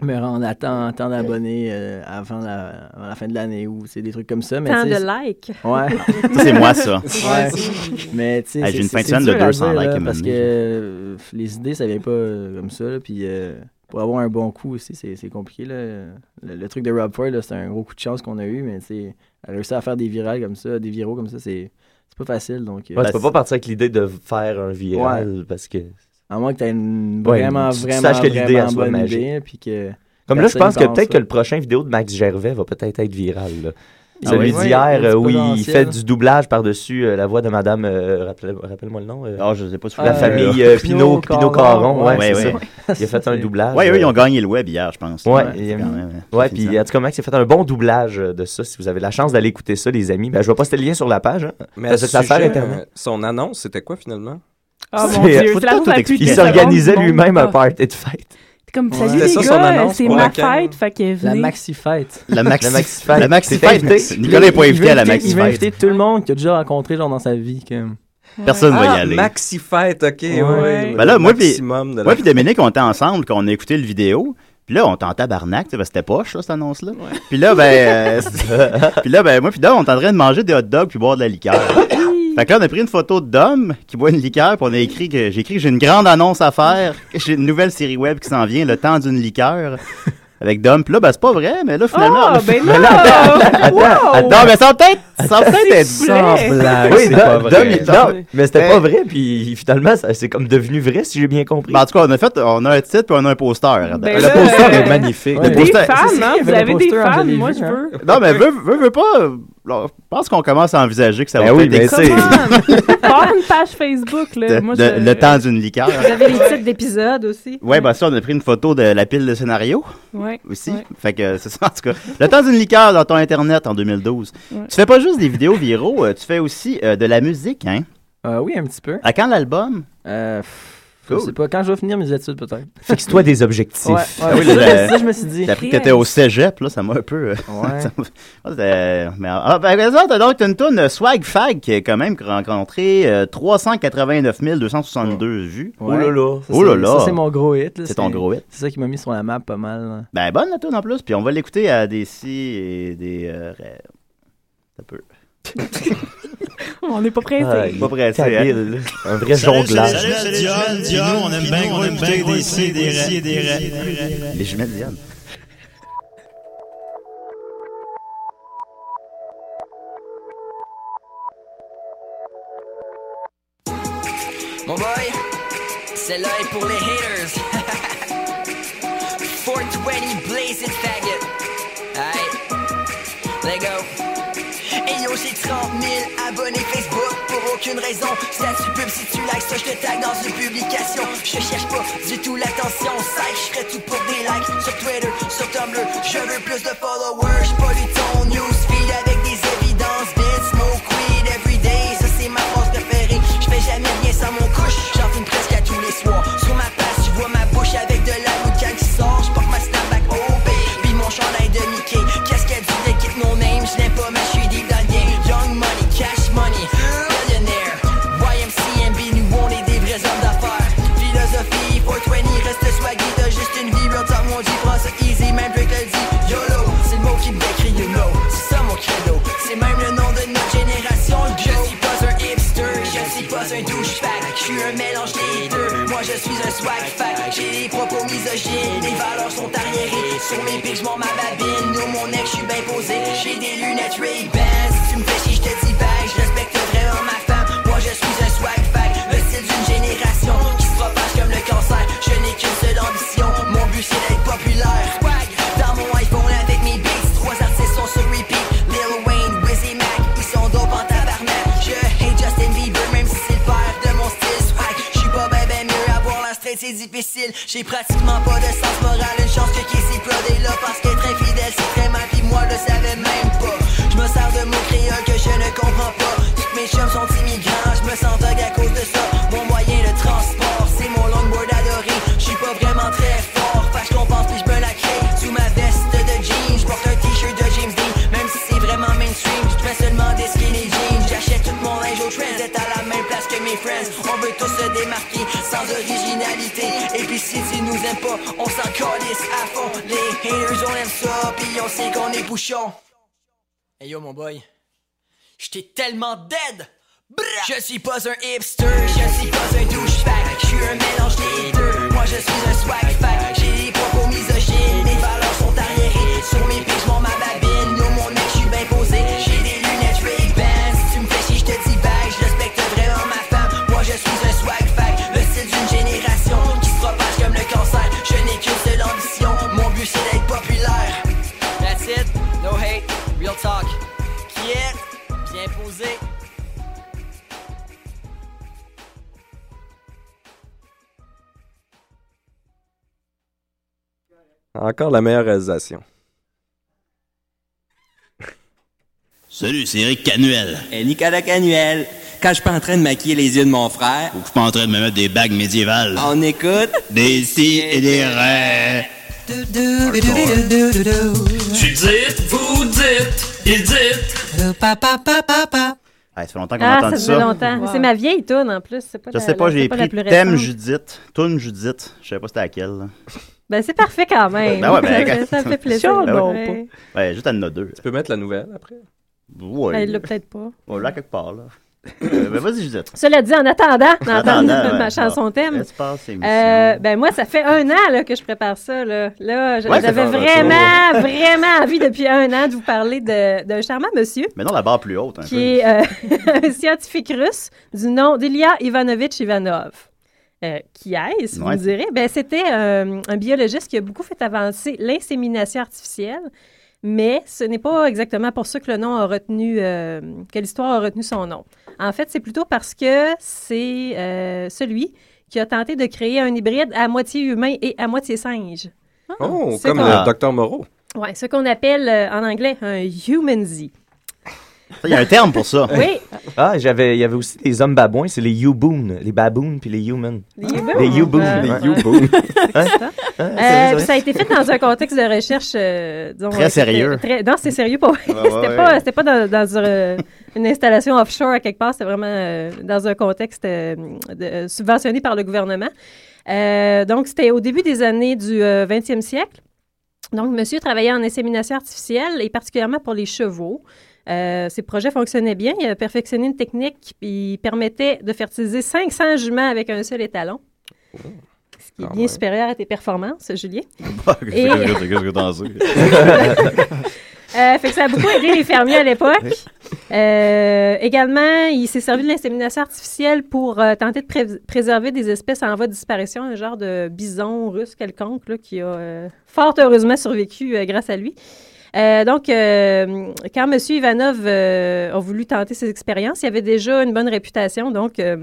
Speaker 9: me rendre à tant, tant d'abonnés euh, avant, la, avant la fin de l'année, ou c'est des trucs comme ça. Mais,
Speaker 4: Tant
Speaker 9: tu
Speaker 4: de
Speaker 9: sais,
Speaker 4: likes.
Speaker 9: Ouais.
Speaker 3: Ça, c'est moi, ça.
Speaker 9: Ouais. Mais tu sais,
Speaker 3: Ah, j'ai
Speaker 9: c'est-
Speaker 3: une
Speaker 9: c'est-
Speaker 3: fin de
Speaker 9: c'est
Speaker 3: semaine de
Speaker 9: dur à
Speaker 3: 200
Speaker 9: dire,
Speaker 3: likes
Speaker 9: là,
Speaker 3: à
Speaker 9: Parce que
Speaker 3: mener.
Speaker 9: euh, les idées, ça vient pas euh, comme ça. là, puis euh, pour avoir un bon coup aussi, c'est c'est compliqué. Là. Le, le truc de Rob Ford, là, c'est un gros coup de chance qu'on a eu, mais tu sais, réussir à faire des virales comme ça, des viraux comme ça, c'est c'est pas facile. Donc, euh,
Speaker 5: ouais, tu peux
Speaker 3: ben,
Speaker 5: pas partir avec l'idée de faire un viral parce que.
Speaker 9: à moins que tu une
Speaker 5: Ouais,
Speaker 9: vraiment,
Speaker 5: tu- tu
Speaker 9: vraiment,
Speaker 5: saches que l'idée, elle
Speaker 9: vraiment
Speaker 5: soit
Speaker 9: bonne
Speaker 5: magique.
Speaker 9: idée, puis que
Speaker 5: Comme là, je
Speaker 9: Personne
Speaker 5: pense que
Speaker 9: pense,
Speaker 5: peut-être que
Speaker 9: ouais.
Speaker 5: le prochain vidéo de Max Gervais va peut-être être viral. là.
Speaker 9: Ah
Speaker 5: Celui
Speaker 9: oui? Ouais,
Speaker 5: d'hier
Speaker 9: il y a
Speaker 5: euh,
Speaker 9: du
Speaker 5: où il
Speaker 9: potentiel.
Speaker 5: fait du doublage par-dessus euh, la voix de madame. euh, rappelle- Rappelle-moi le nom. euh,
Speaker 3: Ah, je sais pas si vous
Speaker 5: La
Speaker 9: Euh,
Speaker 3: voulez-
Speaker 5: famille
Speaker 9: euh,
Speaker 5: euh, Pinot,
Speaker 9: Pinot
Speaker 5: Pinot
Speaker 9: Caron,
Speaker 5: Caron, ouais,
Speaker 3: ouais,
Speaker 5: c'est
Speaker 3: ouais.
Speaker 5: ça. Il a fait un doublage.
Speaker 3: Ouais, eux, ils
Speaker 5: euh,
Speaker 3: ont gagné le web hier, je pense.
Speaker 5: Ouais,
Speaker 3: c'est
Speaker 5: il-
Speaker 3: quand même-
Speaker 5: Ouais,
Speaker 3: c'est
Speaker 5: puis
Speaker 3: finissant.
Speaker 5: en tout cas, Max a fait un bon doublage euh, de ça. Si vous avez la chance d'aller écouter ça, les amis, ben, je vais poster le lien sur la page. hein.
Speaker 6: Mais
Speaker 5: Ça,
Speaker 6: à
Speaker 5: c'est
Speaker 6: ce
Speaker 5: sa sœur
Speaker 6: sujet,
Speaker 3: hein.
Speaker 5: Internet.
Speaker 6: euh, son annonce, c'était quoi finalement?
Speaker 7: Ah
Speaker 5: hein. C'est- euh,
Speaker 7: mon dieu,
Speaker 3: faut
Speaker 7: c'est la
Speaker 3: tout
Speaker 7: chose la plus
Speaker 3: expliquer.
Speaker 5: Il
Speaker 3: Quel
Speaker 7: décevante
Speaker 5: s'organisait
Speaker 7: du monde.
Speaker 5: lui-même
Speaker 7: Ah,
Speaker 5: un party de fête.
Speaker 7: T'es comme,
Speaker 9: Ouais.
Speaker 7: salut
Speaker 6: C'était
Speaker 7: les
Speaker 6: ça, son
Speaker 7: gars, euh,
Speaker 6: annonce
Speaker 7: c'est
Speaker 6: pour
Speaker 7: ma
Speaker 6: laquelle-
Speaker 7: fête, fait que
Speaker 9: La
Speaker 7: venez.
Speaker 9: maxi fête.
Speaker 3: La maxi,
Speaker 5: La maxi fête.
Speaker 3: La maxi
Speaker 5: T'es
Speaker 3: fête.
Speaker 5: invité.
Speaker 3: Nicolas n'est
Speaker 9: Il
Speaker 3: pas
Speaker 9: veut
Speaker 3: invité à la
Speaker 9: inviter-
Speaker 3: maxi
Speaker 9: Il veut
Speaker 3: fête.
Speaker 9: inviter tout le monde qu'il a déjà rencontré genre dans sa vie. Comme...
Speaker 3: Personne va y aller.
Speaker 6: Ah, Maxi Fête, ok, ouais.
Speaker 7: Ouais.
Speaker 3: Ben là, moi, puis-
Speaker 6: maximum de la-
Speaker 3: Moi puis Dominique, on était ensemble quand on a écouté le vidéo. Puis là, on était en tabarnak, tu sais, parce que c'était poche, là, cette annonce-là. Puis là, ben, euh, c'est- puis là, ben, moi puis Dom, on est en train de manger des hot dogs puis boire de la liqueur. fait que là, on a pris une photo de Dom qui boit une liqueur, puis on a écrit que j'ai écrit que j'ai une grande annonce à faire, que j'ai une nouvelle série web qui s'en vient, le temps d'une liqueur. Avec Dom, puis là, ben, c'est pas vrai, mais là, finalement.
Speaker 7: Oh,
Speaker 3: on a-
Speaker 7: ben là! Wow!
Speaker 3: Non, mais sans tête! Sans tête
Speaker 7: C'est
Speaker 3: être
Speaker 7: Sans
Speaker 6: blague,
Speaker 5: Oui,
Speaker 6: c'est
Speaker 5: Dom,
Speaker 6: pas
Speaker 5: Dom,
Speaker 6: vrai.
Speaker 5: il-
Speaker 3: Dom.
Speaker 5: non, mais c'était
Speaker 3: Mais-
Speaker 5: pas vrai, puis finalement, ça- c'est comme devenu vrai, si j'ai bien compris.
Speaker 3: Ben, en tout cas, on a fait, on a un titre puis on a un poster.
Speaker 7: Ben
Speaker 6: Le
Speaker 7: là,
Speaker 6: poster
Speaker 7: euh,
Speaker 6: est magnifique.
Speaker 9: Ouais.
Speaker 3: Le
Speaker 7: Des
Speaker 3: poster-
Speaker 9: c'est
Speaker 7: fans,
Speaker 9: ça,
Speaker 7: hein?
Speaker 9: il y
Speaker 7: Vous
Speaker 9: avait le
Speaker 7: avez des
Speaker 9: poster, je
Speaker 7: fans,
Speaker 9: l'ai
Speaker 7: moi
Speaker 9: vu,
Speaker 7: je
Speaker 9: hein.
Speaker 7: veux.
Speaker 3: Non, mais veux, veux, veux pas. euh, alors, je pense qu'on commence à envisager que ça va
Speaker 5: Ben oui,
Speaker 3: peut-être
Speaker 5: mais
Speaker 3: exister.
Speaker 5: tu sais-
Speaker 7: Come on! Par une page Facebook, là.
Speaker 3: De-
Speaker 7: Moi,
Speaker 3: de-
Speaker 7: je...
Speaker 3: le temps d'une liqueur.
Speaker 4: Vous avez les titres d'épisodes aussi.
Speaker 3: Ouais, bah ça, on a pris une photo de la pile de scénario
Speaker 7: Ouais.
Speaker 3: aussi.
Speaker 7: Ouais.
Speaker 3: Fait que c'est ça, en tout cas. Le temps d'une liqueur dans ton Internet en 2012.
Speaker 7: Ouais.
Speaker 3: Tu fais pas juste des vidéos viraux, euh, tu fais aussi euh, de la musique, hein.
Speaker 9: Euh, oui, un petit peu.
Speaker 3: À quand l'album?
Speaker 9: Euh, pff,
Speaker 3: Cool.
Speaker 9: Je sais pas, quand je vais finir mes études peut-être.
Speaker 5: Fixe-toi des objectifs.
Speaker 9: Ouais, ouais,
Speaker 3: Ah oui,
Speaker 9: c'est
Speaker 3: le-
Speaker 9: ça, c'est ça, je me suis dit.
Speaker 3: J'ai appris que t'étais au cégep, là, ça m'a un peu. euh,
Speaker 9: Ouais.
Speaker 3: ça m'a- Ah, c'était- mais, ah, par exemple, t'as donc une toune euh, Swag Fag qui a quand même rencontré euh, 389 262 vues.
Speaker 9: Ouais.
Speaker 5: là.
Speaker 9: Ça, c'est-
Speaker 3: Oh là là.
Speaker 9: Ça, c'est mon gros hit. là.
Speaker 3: C'est ton gros hit.
Speaker 9: C'est ça qui m'a mis sur la map pas mal. là.
Speaker 3: Ben, bonne la tune en plus, puis on va l'écouter à des si et des euh, rêves. Ça peut.
Speaker 7: On n'est pas pressé.
Speaker 3: Pas pressé, hein?
Speaker 5: Kabyle. Un vrai jonglage.
Speaker 10: on aime bien gros, des des
Speaker 3: Les jumelles Diane.
Speaker 10: Mon boy, celle-là est pour les haters. 420 blaze it faggot. Alright, let go. Et yo, j'ai 30 000 abonnés Facebook pour aucune raison. Statut pub, si tu likes ça, je te tag dans une publication. Je cherche pas du tout l'attention. Psych, je ferais tout pour des likes sur Twitter, sur Tumblr. Je veux plus de followers, je pollue ton newsfeed avec des évidences. Bit, smoke weed every day, ça c'est ma force préférée. Je fais jamais rien sans mon couche, j'en fume presque à tous les soirs. Sur ma place, tu vois ma bouche avec de la moutarde qui sort. Je porte ma snapback OB, puis mon chandail de Mickey. Casquette du deck, it, no name, je l'aime pas, mais je suis deep dans le game. Young money, cash money, billionaire. YMCMB, nous on est des vrais hommes d'affaires. Philosophie, 420, reste swaggy, t'as juste une vie, real talk, mon dit, prends ça easy, même Drake le dit. YOLO, c'est le mot qui me décrit, you know, c'est ça mon credo. C'est même le nom de notre génération, le Je suis pas un hipster, je suis pas un douchebag, je suis un mélange des deux. Moi je suis un swag fag, j'ai des propos misogynes, les valeurs sont arriérées. Sur mes pics, je m'en ma babine, nous mon ex, je suis bien posé, j'ai des lunettes Ray-Ban. Si tu me fais chier, je te dis bye, je respecte vraiment ma femme. Moi je suis un swag fag, le style d'une génération qui se propage comme le cancer. Je n'ai qu'une seule ambition, mon but c'est d'être populaire. Swag, dans mon iPhone avec mes beats, trois artistes sont sur repeat. Lil Wayne, Wizzy Mac, ils sont dope en tabarnak. Je hate Justin Bieber, même si c'est le père de mon style swag. Je suis pas ben ben mieux, avoir la stress c'est difficile. J'ai pratiquement pas de sens moral, une chance que Casey Prod est là parce qu'être infidèle c'est très mal, pis moi le savais même pas. Je me sers de mots créoles que je ne comprends pas. Toutes mes chums sont immigrants, je me sens vague à cause de ça. Mon moyen de transport, c'est mon longboard adoré. Je suis pas vraiment très fort, fâche qu'on pense puis je me la crée. Sous ma veste de jeans, je porte un t-shirt de James Dean, même si c'est vraiment mainstream. Je fais seulement des skinny jeans, j'achète tout mon linge au trend. Vous êtes à la même place que mes friends, on veut tous se démarquer sans originalité. Et puis si tu nous aimes pas, on s'en calisse à fond. Les haters, on aime ça, puis on sait qu'on est bouchon. Hey yo mon boy, j'étais tellement dead. Brah! Je suis pas un hipster, je suis pas un douchebag, je suis un mélange des deux. Moi je suis un swag fag, j'ai des propos misogynes, les valeurs sont arriérées. Sur mes pics, j'm'en ma babine, nous mon ex, j'suis bien posé, j'ai des lunettes Ray-Ban. Si tu me fais chier, j'te dis bye, j'respecte vraiment ma femme. Moi je suis un swag fag, le style d'une génération qui se propage comme le cancer. Je n'ai qu'une seule ambition, mon but c'est d'être populaire. That's it, no hate, real talk. Qui est bien posé.
Speaker 6: Encore la meilleure réalisation.
Speaker 10: Salut, c'est Eric Canuel. Et Nicolas Canuel.
Speaker 11: quand je suis pas en train de maquiller les yeux de mon frère.
Speaker 12: Ou que je suis pas en train de me mettre des bagues médiévales.
Speaker 11: On écoute
Speaker 12: des si et des raies.
Speaker 13: Tu dites, vous dites, il dit.
Speaker 1: Papa, papa, papa.
Speaker 3: Ah, ça fait longtemps qu'on
Speaker 4: Ah,
Speaker 3: entend ça.
Speaker 4: ça faisait longtemps. C'est ma vieille toune en plus. C'est pas
Speaker 3: Je
Speaker 4: la-
Speaker 3: sais pas,
Speaker 4: la- c'est
Speaker 3: j'ai
Speaker 4: la
Speaker 3: pris
Speaker 4: plus
Speaker 3: Thème
Speaker 4: récente.
Speaker 3: Judith, Toon Judith. Je sais pas c'était laquelle. là.
Speaker 4: Ben, c'est parfait quand même.
Speaker 3: Ben ouais, ben,
Speaker 4: Ça-
Speaker 3: quand-
Speaker 4: ça me fait plaisir.
Speaker 3: Ben ouais.
Speaker 4: Ouais.
Speaker 3: Ouais, juste à nos deux.
Speaker 6: Tu peux mettre la nouvelle après?
Speaker 3: Ouais.
Speaker 4: Ben, il l'a peut-être pas.
Speaker 3: Ouais, là, quelque part, là. Euh, ben, vas-y, Judith.
Speaker 4: Cela dit, en attendant
Speaker 3: En
Speaker 4: d'entendre
Speaker 3: attendant,
Speaker 4: ma
Speaker 3: ouais.
Speaker 4: chanson
Speaker 3: Bon.
Speaker 4: thème,
Speaker 3: Espace, émission.
Speaker 4: euh, ben moi, ça fait un an là, que je prépare ça. Là, là je-
Speaker 3: Ouais, ça
Speaker 4: j'avais
Speaker 3: fait un
Speaker 4: vraiment,
Speaker 3: retour.
Speaker 4: vraiment envie depuis un an de vous parler de- d'un charmant monsieur
Speaker 3: Maintenant, la barre plus haute, un peu.
Speaker 4: qui est euh, un scientifique russe du nom d'Ilya Ivanovitch Ivanov. Euh, qui est-ce, vous
Speaker 1: Ouais.
Speaker 4: me direz? Ben, C'était euh, un biologiste qui a beaucoup fait avancer l'insémination artificielle, mais ce n'est pas exactement pour ça que le nom a retenu, euh, que l'histoire a retenu son nom. En fait, c'est plutôt parce que c'est euh, celui qui a tenté de créer un hybride à moitié humain et à moitié singe.
Speaker 6: Oh,
Speaker 4: Ah, C'est
Speaker 6: comme
Speaker 4: qu'on-
Speaker 3: Ah.
Speaker 6: le docteur Moreau.
Speaker 4: Ouais, ce qu'on appelle euh, en anglais un humanzy.
Speaker 3: Il y a un terme pour ça.
Speaker 4: Oui.
Speaker 5: Ah, j'avais, il y avait aussi des hommes babouins, c'est les U-boons, les baboons puis les humans.
Speaker 4: Les U-boons?
Speaker 5: Les U-boons.
Speaker 4: Euh,
Speaker 5: ouais.
Speaker 4: Les U-boons.
Speaker 5: Hein,
Speaker 4: Euh, puis ça a été fait dans un contexte de recherche, euh, disons,
Speaker 5: Très
Speaker 4: euh, c'était
Speaker 5: sérieux.
Speaker 4: très- non, c'est sérieux pour vrai.
Speaker 5: Ouais, ouais,
Speaker 4: c'était,
Speaker 5: ouais.
Speaker 4: Pas, c'était pas dans, dans un- une installation offshore à quelque part. C'était vraiment euh, dans un contexte euh, de- euh, subventionné par le gouvernement. Euh, donc, c'était au début des années du euh, 20e siècle. Donc, monsieur travaillait en insémination artificielle et particulièrement pour les chevaux. Euh, ses projets fonctionnaient bien. Il a perfectionné une technique qui permettait de fertiliser 500 juments avec un seul étalon. Ce qui est bien supérieur à tes performances, Julien. Et-
Speaker 3: Qu'est-ce que t'en sais?
Speaker 4: Euh, fait que ça a beaucoup aidé les fermiers à l'époque. Euh, également, il s'est servi de l'insémination artificielle pour euh, tenter de pré- préserver des espèces en voie de disparition, un genre de bison russe quelconque là, qui a euh, fort heureusement survécu euh, grâce à lui. Euh, donc, euh, quand M. Ivanov euh, a voulu tenter ses expériences, il avait déjà une bonne réputation, donc euh,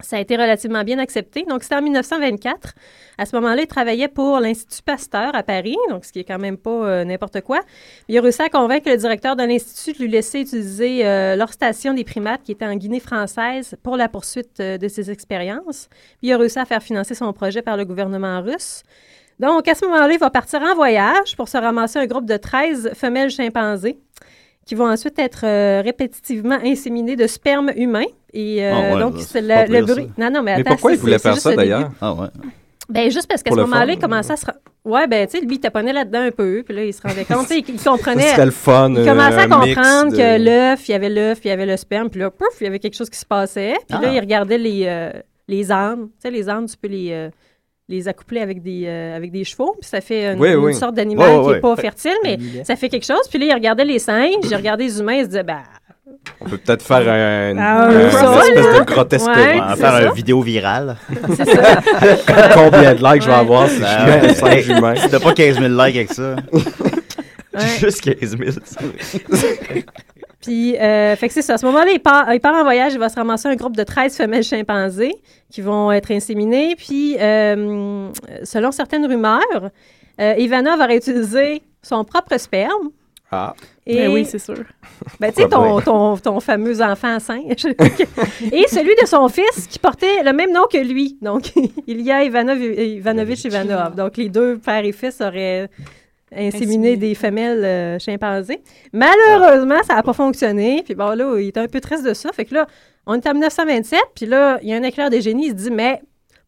Speaker 4: ça a été relativement bien accepté. Donc, c'était en 1924. À ce moment-là, il travaillait pour l'Institut Pasteur à Paris, donc ce qui est quand même pas euh, n'importe quoi. Il a réussi à convaincre le directeur de l'Institut de lui laisser utiliser euh, leur station des primates qui était en Guinée française pour la poursuite euh, de ses expériences. Puis il a réussi à faire financer son projet par le gouvernement russe. Donc, à ce moment-là, il va partir en voyage pour se ramasser un groupe de 13 femelles chimpanzés qui vont ensuite être euh, répétitivement inséminées de sperme humain. Et euh,
Speaker 6: Ah ouais,
Speaker 4: donc,
Speaker 6: bah,
Speaker 4: c'est
Speaker 6: c'est
Speaker 4: le,
Speaker 6: pas
Speaker 4: le
Speaker 6: pire, ça.
Speaker 4: bruit. Non, Ah non, mais,
Speaker 6: Mais
Speaker 4: attends,
Speaker 6: pourquoi
Speaker 4: ça,
Speaker 6: il voulait
Speaker 4: c'est- c'est
Speaker 6: faire
Speaker 4: juste
Speaker 6: ça
Speaker 4: le début.
Speaker 6: d'ailleurs?
Speaker 3: Ah ouais.
Speaker 4: Ben juste parce qu'à ce
Speaker 6: Pour le
Speaker 4: moment-là,
Speaker 6: fun,
Speaker 4: il commençait à se. ra- Ouais, ben tu sais, lui, il taponnait là-dedans un peu, puis là, il se rendait compte, tu sais, il il comprenait.
Speaker 6: Ça serait le fun,
Speaker 4: Il commençait à
Speaker 6: euh, un mix
Speaker 4: comprendre
Speaker 6: de-
Speaker 4: que l'œuf, il y avait l'œuf, puis il y avait le sperme, puis là, pouf, il y avait quelque chose qui se passait. Puis là,
Speaker 1: Ah.
Speaker 4: il regardait les, euh, les ânes. Tu sais, les ânes, tu peux les, euh, les accoupler avec des, euh, avec des chevaux, puis ça fait une,
Speaker 1: Oui,
Speaker 4: une
Speaker 1: oui.
Speaker 4: sorte d'animal
Speaker 1: Ouais, ouais,
Speaker 4: qui n'est
Speaker 1: ouais.
Speaker 4: pas
Speaker 1: Fait-
Speaker 4: fertile, mais ça fait quelque chose. Puis là, il regardait les singes, il regardait les humains, il se disait, ben,
Speaker 6: On peut peut-être faire un,
Speaker 4: Ah,
Speaker 6: un-
Speaker 4: un sol,
Speaker 6: Euh, une espèce
Speaker 4: là.
Speaker 6: de grotesque.
Speaker 4: Ouais,
Speaker 3: On va faire une vidéo virale.
Speaker 4: C'est ça.
Speaker 6: Combien de likes je vais avoir si je
Speaker 3: Ah,
Speaker 6: mets un
Speaker 3: ouais.
Speaker 6: singe humain?
Speaker 3: Si t'as pas 15 000 likes avec ça.
Speaker 5: Juste 15 000.
Speaker 4: Puis, euh, fait que c'est ça. À ce moment-là, il part, il part en voyage, il va se ramasser un groupe de 13 femelles chimpanzés qui vont être inséminées. Puis, euh, selon certaines rumeurs, euh, Ivana va réutiliser son propre sperme.
Speaker 6: Ah.
Speaker 4: Et-
Speaker 7: Ben oui, c'est sûr.
Speaker 4: Ben, tu sais, ton,
Speaker 7: Pourquoi
Speaker 4: ton, ton fameux enfant singe. et celui de son fils qui portait le même nom que lui. Donc, il y a Ivanov, Ivanovich Ivanov. Donc, les deux pères et fils auraient inséminé des femelles euh, chimpanzés. Malheureusement, ça n'a pas fonctionné. Puis bon, là, il était un peu triste de ça. Fait que là, on est en 1927. Puis là, il y a un éclair de génie. Il se dit, mais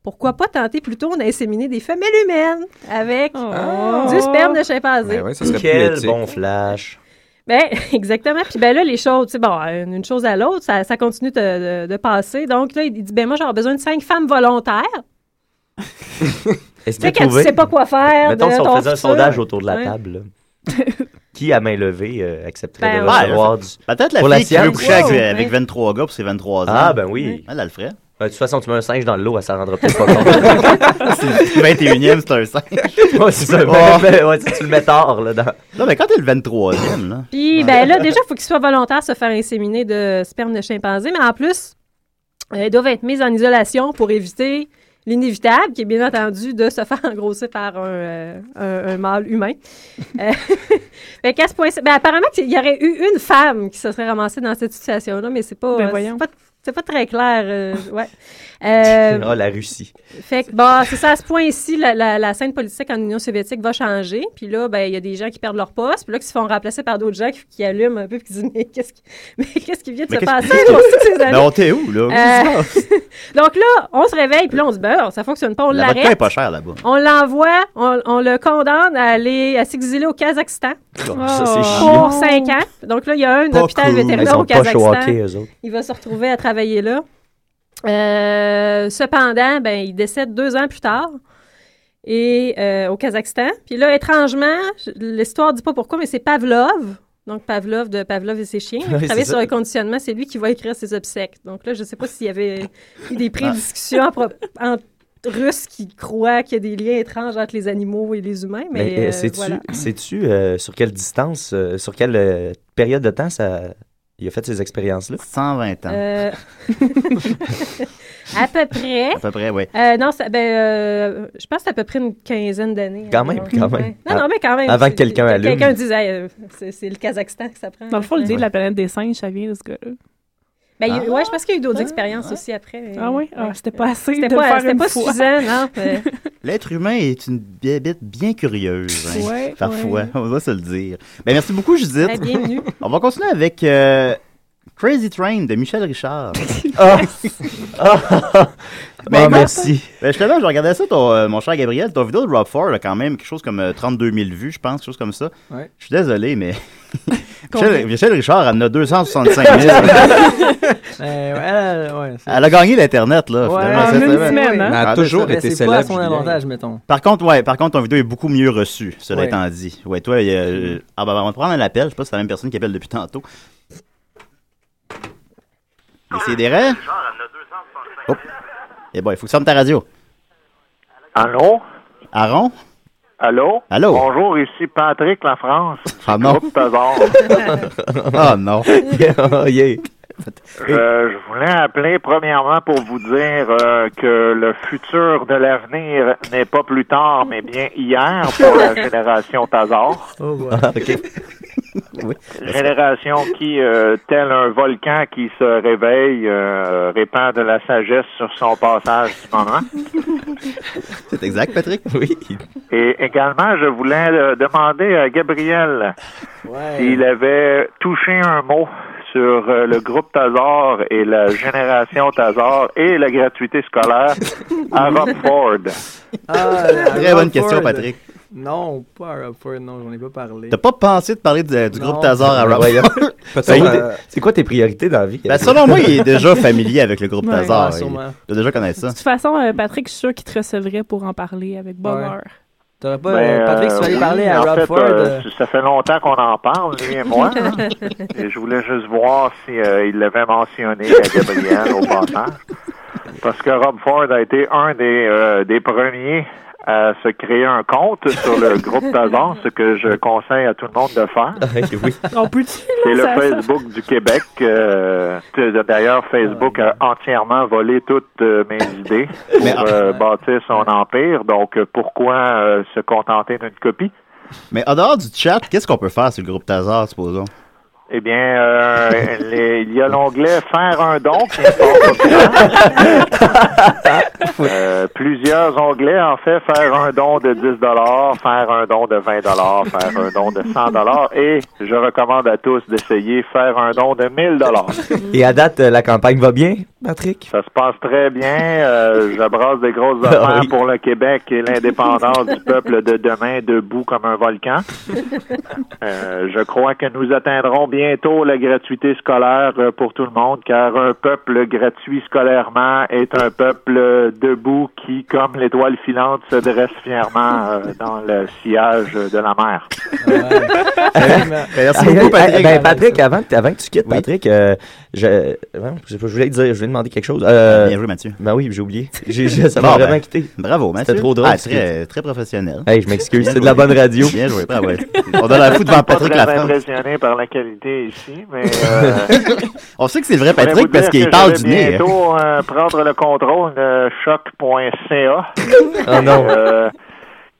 Speaker 4: pourquoi pas tenter plutôt d'inséminer des femelles humaines avec
Speaker 7: Oh.
Speaker 4: du sperme de chimpanzé?
Speaker 5: Ben ouais,
Speaker 6: ça serait plus
Speaker 5: Quel
Speaker 6: éthique.
Speaker 5: bon flash.
Speaker 4: Ben, exactement. Puis ben là, les choses, tu sais, bon, une une chose à l'autre, ça, ça continue de, de- de passer. Donc là, il dit, ben moi, j'aurais besoin de cinq femmes volontaires.
Speaker 5: Est-ce
Speaker 4: Tu sais,
Speaker 5: qu'il a
Speaker 4: quand tu
Speaker 5: trouvé-
Speaker 4: sais pas quoi faire
Speaker 5: Mettons,
Speaker 4: de
Speaker 5: si on
Speaker 4: ton
Speaker 5: faisait un
Speaker 4: futur.
Speaker 5: sondage autour de la
Speaker 4: Ouais.
Speaker 5: table, là. qui à main levée euh, accepterait
Speaker 4: Ben,
Speaker 5: de
Speaker 4: ouais.
Speaker 5: recevoir
Speaker 4: Ouais,
Speaker 5: du.
Speaker 3: Peut-être la
Speaker 5: pour
Speaker 3: fille qui veut
Speaker 5: science?
Speaker 3: coucher avec, avec 23 gars pour ses 23 ans.
Speaker 5: Ah, ben oui.
Speaker 3: Elle, elle le ferait.
Speaker 5: Ouais, de toute façon, tu mets un singe dans l'eau, elle s'en rendra peut-être pas compte.
Speaker 3: 21e, c'est un singe.
Speaker 5: Ouais, c'est ça.
Speaker 3: Oh.
Speaker 5: Ben, ouais, tu tu le mets tard, là. Dans...
Speaker 3: Non, mais quand t'es le 23e, là.
Speaker 4: Puis ben là, déjà, il faut qu'il soit volontaire de se faire inséminer de sperme de chimpanzé. Mais en plus, euh, ils doivent être mis en isolation pour éviter l'inévitable, qui est bien entendu de se faire engrosser par un, euh, un- un mâle humain. Euh, fait qu'à ce point ben, apparemment, il y aurait eu une femme qui se serait ramassée dans cette situation-là, mais c'est pas,
Speaker 7: Ben
Speaker 4: euh, c'est
Speaker 7: voyons.
Speaker 4: pas C'est pas très clair. euh, ouais. Euh,
Speaker 5: Ah, la Russie.
Speaker 4: Fait que, bon, c'est ça, à ce point-ci, la, la- la scène politique en Union soviétique va changer. Puis là, ben, il y a des gens qui perdent leur poste. Puis là, qui se font remplacer par d'autres gens qui, qui allument un peu. Puis qui disent, mais qu'est-ce qui, mais qu'est-ce qui vient de
Speaker 3: Mais
Speaker 4: se
Speaker 3: qu'est-ce-
Speaker 4: passer
Speaker 3: qu'est-ce que-
Speaker 4: pour toutes ces
Speaker 3: Mais
Speaker 4: années?
Speaker 3: on t'est où, là?
Speaker 4: Euh, donc là, on se réveille. Puis là, on se beurre. Ça fonctionne pas. On
Speaker 3: La vodka est
Speaker 4: l'arrête.
Speaker 3: pas chère là-bas.
Speaker 4: On l'envoie, on, on le condamne à aller à s'exiler au Kazakhstan
Speaker 3: Ah, ça,
Speaker 7: Oh.
Speaker 3: c'est chiant.
Speaker 4: pour 5 ans. Donc là, il y a un
Speaker 5: Pas
Speaker 4: hôpital
Speaker 5: cool. Ils
Speaker 4: vétérinaire
Speaker 5: sont
Speaker 4: au
Speaker 5: pas chauds au
Speaker 4: Kazakhstan.
Speaker 5: hockey, eux autres.
Speaker 4: il va se retrouver à travailler là. Euh, cependant, ben, il décède deux ans plus tard et euh, au Kazakhstan. Puis là, étrangement, je- l'histoire ne dit pas pourquoi, mais c'est Pavlov. Donc, Pavlov de Pavlov et ses chiens.
Speaker 1: Oui,
Speaker 4: qui
Speaker 1: c'est
Speaker 4: travaille
Speaker 1: ça.
Speaker 4: sur le conditionnement. C'est lui qui va écrire ses obsèques. Donc là, je ne sais pas s'il y avait eu
Speaker 5: Ah.
Speaker 4: des prédiscussions entre entre Russes qui croient qu'il y a des liens étranges entre les animaux et les humains. Mais,
Speaker 5: Mais euh,
Speaker 4: euh,
Speaker 5: sais-tu,
Speaker 4: voilà.
Speaker 5: sais-tu, euh, sur quelle distance, euh, sur quelle euh, période de temps ça, il a fait ces expériences-là?
Speaker 3: 120
Speaker 4: Euh, à peu près.
Speaker 3: À peu près, oui.
Speaker 4: Euh, non, ça, ben, euh, je pense que c'est à peu près une quinzaine d'années.
Speaker 5: Quand même,
Speaker 4: environ.
Speaker 5: quand même.
Speaker 4: Ouais. Non, non, mais quand même.
Speaker 5: Avant
Speaker 4: c'est-
Speaker 5: que quelqu'un allume.
Speaker 4: Quelqu'un dise, Hey, euh, c'est c'est le Kazakhstan que ça prend.
Speaker 7: Dans le fond, l'idée
Speaker 4: Ouais.
Speaker 7: de la planète des singes, ça vient de ce gars-là.
Speaker 4: Ben, il y a-
Speaker 7: Ah.
Speaker 4: ouais, je pense qu'il y a eu d'autres expériences aussi après. mais-
Speaker 7: Ah oui? Ah, c'était pas assez
Speaker 4: C'était
Speaker 7: de le
Speaker 4: pas,
Speaker 7: faire
Speaker 4: c'était
Speaker 7: une
Speaker 4: pas
Speaker 7: fois.
Speaker 4: suffisant, non. mais-
Speaker 3: L'être humain est une bébête bien curieuse. hein,
Speaker 4: Ouais,
Speaker 3: parfois,
Speaker 4: ouais.
Speaker 3: on va se le dire. Ben, merci beaucoup, Judith.
Speaker 4: Eh, bienvenue.
Speaker 3: On va continuer avec euh, Crazy Train de Michel Richard.
Speaker 5: Bon,
Speaker 3: écoute,
Speaker 5: merci.
Speaker 3: Ben justement, je regardais ça, ton, euh, mon cher Gabriel, ton vidéo de Rob Ford a quand même quelque chose comme euh, 32 000 vues, je pense, quelque chose comme ça.
Speaker 9: Ouais.
Speaker 3: Je suis désolé, mais
Speaker 9: Combien?
Speaker 3: Michel, Michel Richard en a 265 000.
Speaker 9: Euh, ouais, ouais, ouais, c'est-
Speaker 3: Elle a gagné l'Internet, là.
Speaker 9: Ouais,
Speaker 3: finalement,
Speaker 9: en
Speaker 3: cette
Speaker 9: une
Speaker 3: semaine.
Speaker 9: semaine, hein? Mais elle a
Speaker 3: Ah,
Speaker 9: toujours
Speaker 3: c'est ça.
Speaker 9: été Mais c'est pas célèbre, à son Julien. avantage, mettons.
Speaker 3: Par contre, ouais, par contre, ton vidéo est beaucoup mieux reçue, cela
Speaker 9: Ouais.
Speaker 3: étant dit. Ouais, toi, il y a- euh, ah, ben, on va prendre un appel. Je sais pas si c'est la même personne qui appelle depuis tantôt. Et c'est des rêves? Oh. Eh bon, il faut que tu fermes ta radio.
Speaker 14: Allô?
Speaker 3: Aaron?
Speaker 14: Allô?
Speaker 3: Allô?
Speaker 14: Bonjour, ici Patrick La France.
Speaker 3: Ah non.
Speaker 14: Groupe Tazard.
Speaker 3: Ah non.
Speaker 14: Euh, je voulais appeler premièrement pour vous dire euh, que le futur de l'avenir n'est pas plus tard, mais bien hier pour la génération Tazard.
Speaker 1: Oh,
Speaker 5: Ah, ok. oui.
Speaker 14: Génération qui, euh, tel un volcan qui se réveille, euh, répand de la sagesse sur son passage du moment.
Speaker 3: C'est exact, Patrick? Oui.
Speaker 14: Et également, je voulais euh, demander à Gabriel s'il avait touché un mot sur euh, le groupe Tazar et la génération Tazar et la gratuité scolaire à Rob Ford.
Speaker 9: Ah, la
Speaker 3: Très
Speaker 9: Rob
Speaker 3: bonne question,
Speaker 9: Ford.
Speaker 3: Patrick.
Speaker 9: Non, pas à Rob Ford, non, j'en ai pas parlé.
Speaker 3: T'as pas pensé de parler de- du
Speaker 9: Non.
Speaker 3: groupe Tazar à Rob
Speaker 9: Voyons.
Speaker 3: Ford?
Speaker 9: Peut-être,
Speaker 3: Ben, il-
Speaker 9: euh,
Speaker 5: C'est quoi tes priorités dans la vie?
Speaker 3: ben, selon moi, il est déjà familier avec le groupe
Speaker 7: Ouais.
Speaker 3: Tazar.
Speaker 7: Ouais,
Speaker 3: Il-
Speaker 7: sûrement.
Speaker 3: Tu dois déjà connaître
Speaker 7: De
Speaker 3: ça.
Speaker 7: toute façon, euh, Patrick, je suis sûr qu'il te recevrait pour en parler avec bonheur.
Speaker 9: T'aurais pas,
Speaker 14: Ben,
Speaker 9: euh, Patrick, si tu
Speaker 14: euh,
Speaker 9: allais
Speaker 14: oui,
Speaker 9: parler à
Speaker 14: en
Speaker 9: Rob
Speaker 14: fait,
Speaker 9: Ford.
Speaker 14: euh,
Speaker 9: euh,
Speaker 14: ça fait longtemps qu'on en parle, lui et moi. hein. Et je voulais juste voir si euh, il l'avait mentionné à Gabriel au passage. Parce que Rob Ford a été un des, euh, des premiers à se créer un compte sur le groupe d'avance, ce que je conseille à tout le monde de faire.
Speaker 7: On peut-tu là,
Speaker 14: C'est le
Speaker 7: ça-
Speaker 14: Facebook du Québec. euh, c'est- D'ailleurs, Facebook a entièrement volé toutes euh, mes idées pour euh, bâtir son empire. Donc, euh, pourquoi euh, se contenter d'une copie?
Speaker 3: Mais en dehors du chat, qu'est-ce qu'on peut faire sur le groupe Tazar, supposons?
Speaker 14: Eh bien, euh, les- il y a l'onglet Faire un don qui est fort populaire. Euh, plusieurs onglets, en fait, faire un don de 10 faire un don de 20 faire un don de 100 et je recommande à tous d'essayer faire un don de 1000
Speaker 5: Et à date, euh, la campagne va bien, Patrick?
Speaker 14: Ça se passe très bien. Euh, je brasse des grosses affaires pour le Québec et l'indépendance du peuple de demain, debout comme un volcan. Euh, je crois que nous atteindrons bientôt la gratuité scolaire euh, pour tout le monde, car un peuple gratuit scolairement est un peuple euh, debout qui, comme l'étoile filante, se dresse fièrement euh, dans le sillage de la mer.
Speaker 5: Merci
Speaker 14: beaucoup, Patrick.
Speaker 5: Ben, Patrick, avant, que- avant que tu quittes, Patrick, euh, je, euh, je voulais te dire, je voulais demander quelque chose. Euh,
Speaker 3: Ah, Bien joué, Mathieu.
Speaker 5: Ben oui, j'ai oublié. J'ai- j'ai- ça
Speaker 3: Bon,
Speaker 5: m'a
Speaker 3: ben,
Speaker 5: vraiment quitté.
Speaker 3: Bravo, Mathieu.
Speaker 5: C'était trop drôle.
Speaker 3: Ah,
Speaker 5: ce
Speaker 3: très,
Speaker 5: que-
Speaker 3: très professionnel.
Speaker 5: Hey, je m'excuse,
Speaker 3: Bien
Speaker 5: c'est de la
Speaker 3: joué.
Speaker 5: bonne radio.
Speaker 3: Bien joué, bravo. On donne la foudre devant
Speaker 14: Pas
Speaker 3: Patrick
Speaker 14: très
Speaker 3: Lafrance.
Speaker 14: impressionné par la qualité ici, mais... euh,
Speaker 3: On sait que c'est le vrai
Speaker 14: Je voulais
Speaker 3: Patrick
Speaker 14: vous dire
Speaker 3: parce qu'il
Speaker 14: que
Speaker 3: parle
Speaker 14: je
Speaker 3: du
Speaker 14: vais
Speaker 3: nez. hein.
Speaker 14: bientôt euh, prendre le contrôle de choc.ca.
Speaker 3: Oh non.
Speaker 14: Euh,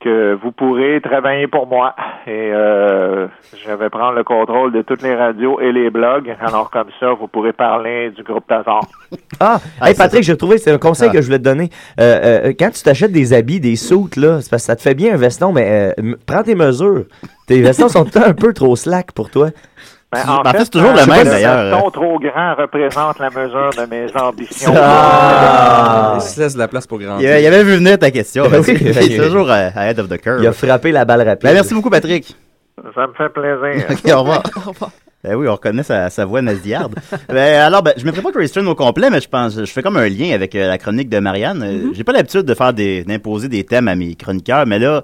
Speaker 14: que vous pourrez travailler pour moi. Et euh, je vais prendre le contrôle de toutes les radios et les blogs. Alors comme ça, vous pourrez parler du groupe Tazar.
Speaker 5: Ah, hey, Patrick, j'ai trouvé, c'est Ah. un conseil que je voulais te donner. Euh, euh, quand tu t'achètes des habits, des soutes, là, c'est parce que ça te fait bien un veston, mais euh, m- prends tes mesures. Tes vestons sont tout le temps un peu trop slack pour toi.
Speaker 14: Ben,
Speaker 5: Tu-
Speaker 14: en
Speaker 5: ben,
Speaker 14: fait,
Speaker 5: c'est toujours le
Speaker 14: euh,
Speaker 5: même,
Speaker 14: le
Speaker 3: hein.
Speaker 5: d'ailleurs. hein.
Speaker 14: veston trop grand représente la mesure de mes ambitions.
Speaker 5: Ah!
Speaker 6: Il se laisse de la place pour grandir.
Speaker 3: Il, il avait vu venir ta question.
Speaker 5: Ben
Speaker 3: Patrick.
Speaker 5: oui.
Speaker 3: il est toujours à à head of the curve.
Speaker 5: Il a frappé la balle rapide.
Speaker 3: Ben, merci beaucoup, Patrick.
Speaker 14: Ça me fait plaisir.
Speaker 3: Ok, au revoir. Ben oui, on reconnaît sa, sa voix nasillarde. ben, alors, ben, je ne mettrai pas Christian au complet, mais je pense, je fais comme un lien avec euh, la chronique de Marianne. Euh,
Speaker 5: Mm-hmm.
Speaker 3: J'ai pas l'habitude de faire des, d'imposer des thèmes à mes chroniqueurs, mais là,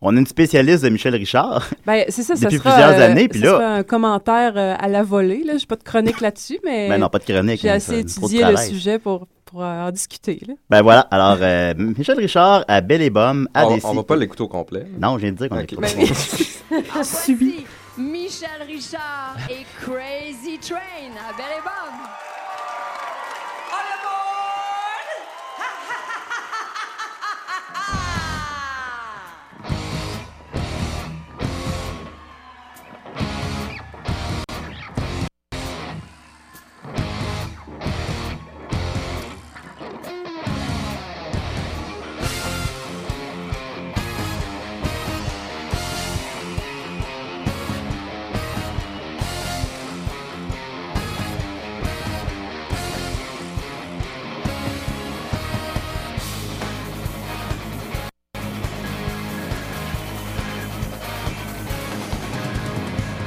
Speaker 3: on a une spécialiste de Michel Richard.
Speaker 15: Ben, c'est ça, ça
Speaker 3: Depuis
Speaker 15: sera,
Speaker 3: plusieurs
Speaker 15: euh,
Speaker 3: années, puis
Speaker 15: ça
Speaker 3: là-
Speaker 15: sera un commentaire euh, à la volée. Je n'ai pas de chronique là-dessus, mais.
Speaker 3: Ben non, pas de chronique,
Speaker 15: J'ai
Speaker 3: hein,
Speaker 15: assez
Speaker 3: ça, trop de
Speaker 15: étudié le
Speaker 3: travail.
Speaker 15: sujet pour, pour euh, en discuter. Là.
Speaker 3: Ben voilà, alors, euh, Michel Richard à Belle et Bomme, à
Speaker 6: On-
Speaker 3: Décis.
Speaker 6: on va pas l'écouter au complet.
Speaker 3: Non, je viens de dire qu'on l'écoute pas au
Speaker 15: Ben,
Speaker 3: complet.
Speaker 16: Subi. Ah, Michel Richard et Crazy Train à Belle et Bob.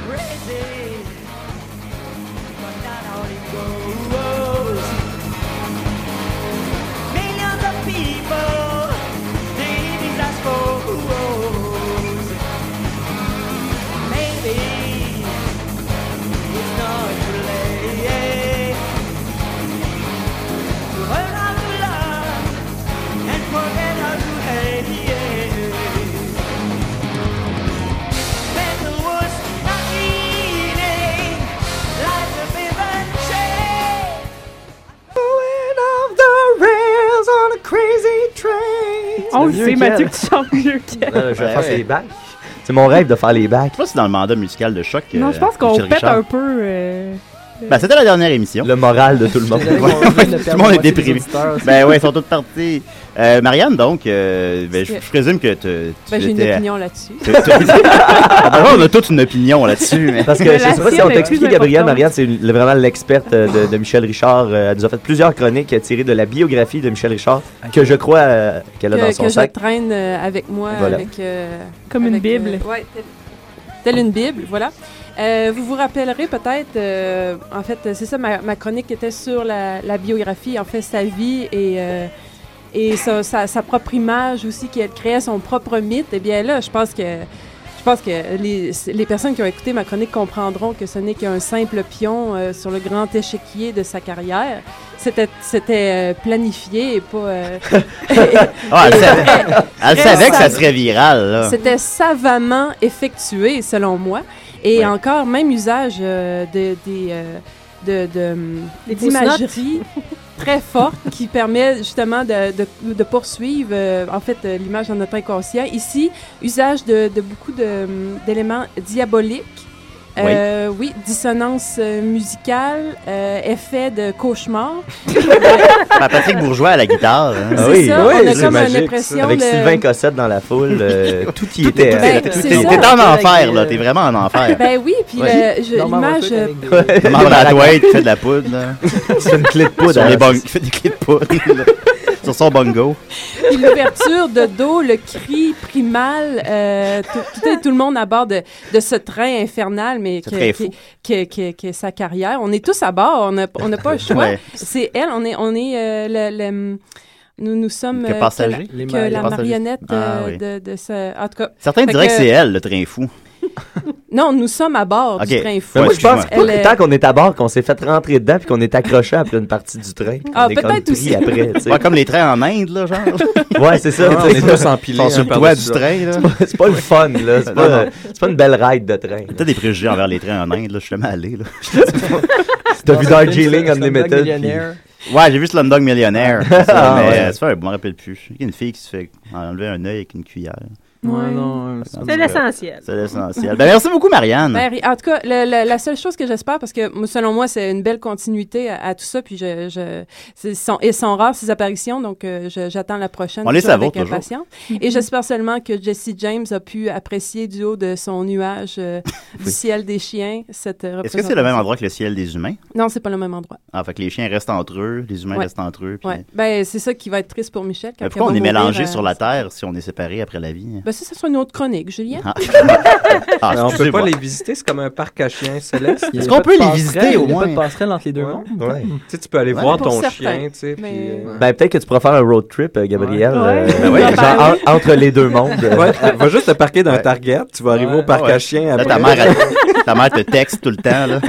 Speaker 10: Crazy, but not how it goes. Millions of people, daily as foes. Maybe it's not too late to learn how to love and forget how to hate. Better was not meaning, life a bit unchained.
Speaker 7: On le
Speaker 5: mieux
Speaker 7: sait,
Speaker 5: qu'elle.
Speaker 7: Mathieu, que tu chantes mieux qu'elle.
Speaker 5: Là, je
Speaker 3: Ben
Speaker 5: vais faire
Speaker 3: ouais.
Speaker 5: les bacs. C'est mon rêve de faire les bacs. Je sais
Speaker 3: pas si dans le mandat musical de choc. euh,
Speaker 7: Non, je pense qu'on pète un peu. euh,
Speaker 3: Ben, c'était la dernière émission. Le
Speaker 5: moral de tout le monde.
Speaker 3: tout
Speaker 7: désolé qu'on vient de
Speaker 3: le
Speaker 7: perdre
Speaker 3: monde
Speaker 7: la
Speaker 3: est
Speaker 7: moitié des
Speaker 3: déprimé.
Speaker 7: auditeurs.
Speaker 3: Ben ouais, ils sont tous partis. Euh, Marianne, donc, euh, ben, je,
Speaker 15: Parce que-
Speaker 3: je présume que te- tu
Speaker 15: Ben, j'ai une
Speaker 3: étais-
Speaker 15: opinion là-dessus.
Speaker 3: Tu- tu- Ah, ben ouais, on a toute une opinion là-dessus. mais-
Speaker 5: Parce que je sais pas si on t'a expliqué, Gabrielle Marianne, c'est une- le- vraiment l'experte euh, de, de Michel Richard. Euh, Elle nous a fait plusieurs chroniques euh, tirées de la biographie de Michel Richard, que je crois euh, qu'elle a dans
Speaker 15: Que,
Speaker 5: son
Speaker 15: que je
Speaker 5: sac.
Speaker 15: traîne euh, avec moi.
Speaker 5: Voilà.
Speaker 15: Avec, euh,
Speaker 7: Comme une Bible.
Speaker 15: ouais, telle, telle une Bible, voilà. Euh, vous vous rappellerez peut-être, euh, en fait, c'est ça, ma, ma chronique était sur la, la biographie, en fait, sa vie et, euh, et sa, sa- sa propre image aussi, qu'elle créait son propre mythe. Eh bien là, je pense que... Je pense que les, les personnes qui ont écouté ma chronique comprendront que ce n'est qu'un simple pion euh, sur le grand échiquier de sa carrière. C'était, c'était euh, planifié et pas... euh,
Speaker 3: Ah, elle savait,
Speaker 15: Très
Speaker 3: elle savait que ça
Speaker 15: savant.
Speaker 3: serait viral. Là.
Speaker 15: C'était savamment effectué, selon moi. Et encore, même usage euh, de, des, euh, de, de,
Speaker 4: Des fausses
Speaker 15: d'imagerie très forte qui permet justement de, de- de poursuivre, euh, en fait, euh, l'image dans notre inconscient. Ici, usage de, de beaucoup de, hum, d'éléments diaboliques. Euh, oui. dissonance euh, musicale, euh, effet de cauchemar.
Speaker 3: Ben, Patrick Bourgeois à la guitare. hein.
Speaker 5: Ah oui,
Speaker 15: ça,
Speaker 5: oui,
Speaker 15: on a
Speaker 5: c'est
Speaker 15: comme
Speaker 5: magique,
Speaker 15: l'impression
Speaker 5: ça. Avec
Speaker 15: de-
Speaker 5: Sylvain Cossette dans la foule, euh, tout y était.
Speaker 3: T'es
Speaker 15: Ben,
Speaker 3: t'es-
Speaker 15: c'est
Speaker 3: t'es-
Speaker 15: ça.
Speaker 3: t'es en
Speaker 15: Avec,
Speaker 3: enfer, là.
Speaker 15: euh,
Speaker 3: T'es vraiment en enfer.
Speaker 15: Ben oui, puis
Speaker 3: Ouais.
Speaker 15: le- je- l'image... euh,
Speaker 3: Demande à Dwight qui fait de la poudre. là.
Speaker 5: C'est une clé de poudre,
Speaker 3: Sur les
Speaker 5: hein.
Speaker 3: bong- il fait des clés de poudre. là. Sur son bongo.
Speaker 15: Puis l'ouverture de dos, le cri primal, euh, tout, tout, est- tout le monde à bord de, de ce train infernal, mais
Speaker 3: Ce
Speaker 15: que,
Speaker 3: train
Speaker 15: que,
Speaker 3: fou.
Speaker 15: que- que- que sa carrière. On est tous à bord, on n'a on n'a pas le choix.
Speaker 3: Ouais.
Speaker 15: C'est elle, on est, on est euh, le- le- nous, nous sommes
Speaker 3: Que
Speaker 15: euh, la-
Speaker 3: passagers.
Speaker 15: que
Speaker 3: Les
Speaker 15: la,
Speaker 3: ma- les passagers.
Speaker 15: marionnette euh,
Speaker 3: Ah, oui.
Speaker 15: de, de ce. En tout cas,
Speaker 3: Certains
Speaker 15: Fait
Speaker 3: diraient que
Speaker 15: que-
Speaker 3: c'est elle, le train fou.
Speaker 15: Non, nous sommes à bord
Speaker 5: Ok.
Speaker 15: du train fou.
Speaker 5: Mais moi, je pense
Speaker 15: Elle,
Speaker 5: que
Speaker 15: euh,
Speaker 5: tant qu'on est à bord, qu'on s'est fait rentrer dedans puis qu'on est accroché après une partie du train. puis
Speaker 15: Ah,
Speaker 5: qu'on est comme
Speaker 15: peut-être
Speaker 5: pris
Speaker 15: aussi.
Speaker 5: Après, tu sais.
Speaker 3: Ouais, comme les trains en Inde, là, genre.
Speaker 5: Ouais, c'est ça.
Speaker 3: Ouais,
Speaker 5: tu sais.
Speaker 3: on est tous empilés, Sont sur hein, le par toit dessus du l'autre. train, là.
Speaker 5: C'est pas- C'est pas le fun, là. C'est
Speaker 3: Non,
Speaker 5: pas,
Speaker 3: non.
Speaker 5: c'est pas une belle ride de train.
Speaker 3: T'as des préjugés envers les trains en Inde, là. Je suis jamais allé, là.
Speaker 5: T'as vu Darjeeling Unlimited.
Speaker 9: Millionaire.
Speaker 3: puis- Ouais, j'ai vu Slumdog Millionnaire.
Speaker 5: Ah,
Speaker 3: mais
Speaker 5: ouais.
Speaker 3: euh, c'est vrai, je me rappelle plus. Il y a une fille qui se fait enlever un œil avec une cuillère.
Speaker 15: Ouais.
Speaker 3: non,
Speaker 4: C'est l'essentiel.
Speaker 3: C'est l'essentiel. Ben, merci beaucoup, Marianne.
Speaker 15: Ben, ri- en tout cas, le- le- la seule chose que j'espère, parce que moi, selon moi, c'est une belle continuité à, à tout ça, puis je, je, c'est- sont, et sont rares ces apparitions, donc euh, je- j'attends la prochaine
Speaker 3: On les
Speaker 15: toujours avec
Speaker 3: savoure toujours.
Speaker 15: impatience. Et j'espère seulement que Jesse James a pu apprécier du haut de son nuage euh, du
Speaker 3: Oui.
Speaker 15: ciel des chiens cette euh,
Speaker 3: Est-ce que c'est le même endroit que le ciel des humains?
Speaker 15: Non, c'est pas le même endroit.
Speaker 3: Ah, fait que les chiens restent entre eux, les humains
Speaker 15: Ouais.
Speaker 3: restent entre eux. puis-
Speaker 15: Ouais. Ben, c'est ça qui va être triste pour Michel. Quand
Speaker 3: Mais pourquoi
Speaker 15: elle
Speaker 3: on
Speaker 15: va
Speaker 3: est
Speaker 15: mourir,
Speaker 3: mélangé
Speaker 15: euh,
Speaker 3: sur la Terre si on est séparés après la vie?
Speaker 15: Ben, ça, ça sera une autre chronique, Julien.
Speaker 3: Ah.
Speaker 6: Mais on peut
Speaker 3: excusez-moi.
Speaker 6: pas les visiter, c'est comme un parc à chiens céleste.
Speaker 9: Est-ce qu'on peut les visiter au moins? passerelle entre les deux mondes.
Speaker 6: Ouais. Tu sais, tu peux aller
Speaker 9: Ouais.
Speaker 6: voir
Speaker 9: Pour
Speaker 6: ton
Speaker 9: certains,
Speaker 6: chien, tu sais. puis,
Speaker 9: mais-
Speaker 6: euh,
Speaker 5: Ben, peut-être que tu pourras faire un road trip, euh, Gabriel. euh,
Speaker 6: Ben ouais.
Speaker 5: genre en- entre les deux mondes.
Speaker 6: Ouais, va juste te parquer dans un Target, tu vas arriver au parc à chiens
Speaker 3: Là,
Speaker 6: après.
Speaker 3: ta, mère, elle- ta mère te texte tout le temps. Là.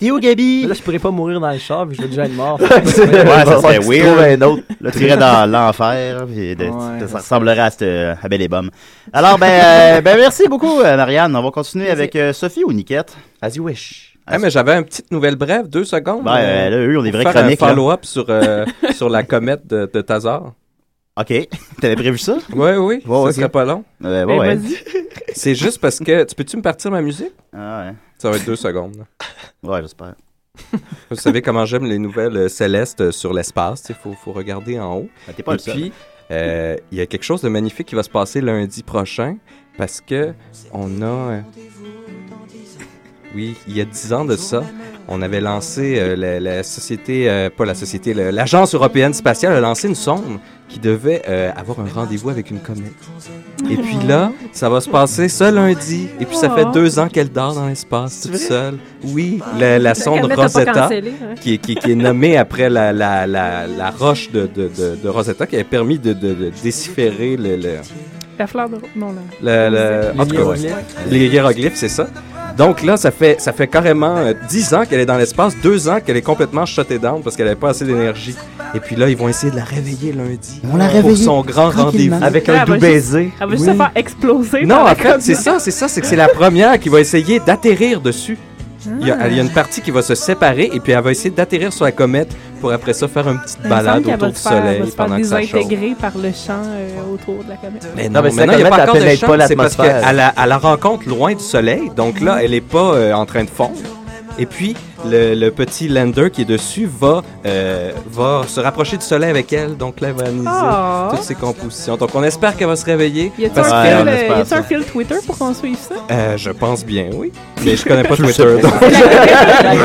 Speaker 3: Yo, Gabi!
Speaker 9: Là, je pourrais pas mourir dans le char, puis je vais déjà être mort.
Speaker 3: Ouais, ça serait
Speaker 9: Bon,
Speaker 3: weird.
Speaker 9: tu trouves un autre.
Speaker 3: Là, tu irais dans l'enfer, puis de-
Speaker 9: Ouais.
Speaker 3: de- ça ressemblerait à, cette, euh, à Belle et Bomme. Alors, ben, euh, ben, merci beaucoup, euh, Marianne. On va continuer avec euh, Sophie ou Niquette.
Speaker 5: As you wish.
Speaker 6: Ah, mais j'avais une petite nouvelle brève, deux secondes.
Speaker 3: Ben, euh, là, eux, ils ont des
Speaker 6: pour
Speaker 3: vraies
Speaker 6: faire
Speaker 3: chroniques,
Speaker 6: un
Speaker 3: là.
Speaker 6: follow-up sur, euh, sur la comète de, de Tazar.
Speaker 3: OK. T'avais prévu ça?
Speaker 6: Oui, oui. ça
Speaker 3: ok.
Speaker 6: serait pas long.
Speaker 3: Euh, ouais, Ben, ouais. vas-y.
Speaker 6: C'est juste parce que... Tu peux-tu me partir ma musique?
Speaker 3: Ah ouais.
Speaker 6: Ça va être deux secondes. là.
Speaker 3: Ouais, j'espère.
Speaker 6: Vous savez comment j'aime les nouvelles euh, célestes euh, sur l'espace. Il faut, faut regarder en haut.
Speaker 3: Ben, t'es pas
Speaker 6: Et
Speaker 3: le seul.
Speaker 6: puis, euh, il y a quelque chose de magnifique qui va se passer lundi prochain parce que on a. euh, oui, il y a dix ans de ça, on avait lancé euh, la, la société, euh, pas la société, le- l'agence européenne spatiale a lancé une sonde qui devait euh, avoir un rendez-vous avec une comète. Et puis là, ça va se passer ce lundi. Et puis ça fait
Speaker 17: Oh.
Speaker 6: deux ans qu'elle dort dans l'espace toute
Speaker 17: vrai?
Speaker 6: seule. Oui, la, la
Speaker 17: La
Speaker 6: sonde
Speaker 17: comète a pas
Speaker 6: Rosetta,
Speaker 17: cancellé, hein?
Speaker 6: qui, est- qui- qui est nommée après la, la- la- la roche de, de- de- de Rosetta, qui avait permis de, de- de déchiffrer le- le,
Speaker 7: La fleur de... Non, là.
Speaker 6: le- le-
Speaker 7: Les
Speaker 6: en tout cas, ouais.
Speaker 7: hiéroglyphes.
Speaker 6: les hiéroglyphes, c'est ça. Donc là, ça fait, ça fait carrément euh, 10 ans qu'elle est dans l'espace, 2 ans qu'elle est complètement shutée down parce qu'elle n'avait pas assez d'énergie. Et puis là, ils vont essayer de la réveiller lundi.
Speaker 5: On la
Speaker 6: Pour
Speaker 5: réveille
Speaker 6: son grand
Speaker 5: tranquillement.
Speaker 7: Ah,
Speaker 6: rendez-vous.
Speaker 5: Avec un Elle va doux juste- baiser.
Speaker 7: Elle va juste se faire exploser.
Speaker 6: Non,
Speaker 7: par la
Speaker 6: en fait,
Speaker 7: comète.
Speaker 6: c'est ça, c'est ça, c'est que c'est la première qui va essayer d'atterrir dessus. Il y, a,
Speaker 7: Ah.
Speaker 6: il y a une partie qui va se séparer et puis elle va essayer d'atterrir sur la comète pour après ça faire une petite
Speaker 7: Il me
Speaker 6: balade
Speaker 7: semble qu'elle va
Speaker 6: autour du
Speaker 7: se faire-
Speaker 6: soleil
Speaker 7: va se faire
Speaker 6: pendant que ça chauffe.
Speaker 7: désintégrée par le champ euh, autour de la comète.
Speaker 6: Mais
Speaker 5: Non,
Speaker 6: non,
Speaker 5: mais
Speaker 6: mais
Speaker 5: c'est la
Speaker 6: non, il n'y a
Speaker 5: comète,
Speaker 6: pas
Speaker 5: elle
Speaker 6: encore de
Speaker 5: pénètre pas
Speaker 6: champ, c'est parce
Speaker 5: l'atmosphère.
Speaker 6: qu'elle la, elle la rencontre loin du Soleil, donc là, elle n'est pas euh, en train de fondre. Et puis, le, le petit lander qui est dessus va, euh, va se rapprocher du Soleil avec elle, donc là, elle va analyser
Speaker 7: Ah.
Speaker 6: toutes ses compositions. Donc, on espère qu'elle va se réveiller.
Speaker 7: Y a-tu
Speaker 6: parce
Speaker 7: un,
Speaker 6: qu'elle-
Speaker 7: fil, euh, y a-tu un fil Twitter pour qu'on suive ça?
Speaker 6: Euh, je pense bien, oui. Mais je connais pas
Speaker 5: Je
Speaker 6: Twitter,
Speaker 5: sais
Speaker 6: donc...
Speaker 5: pas.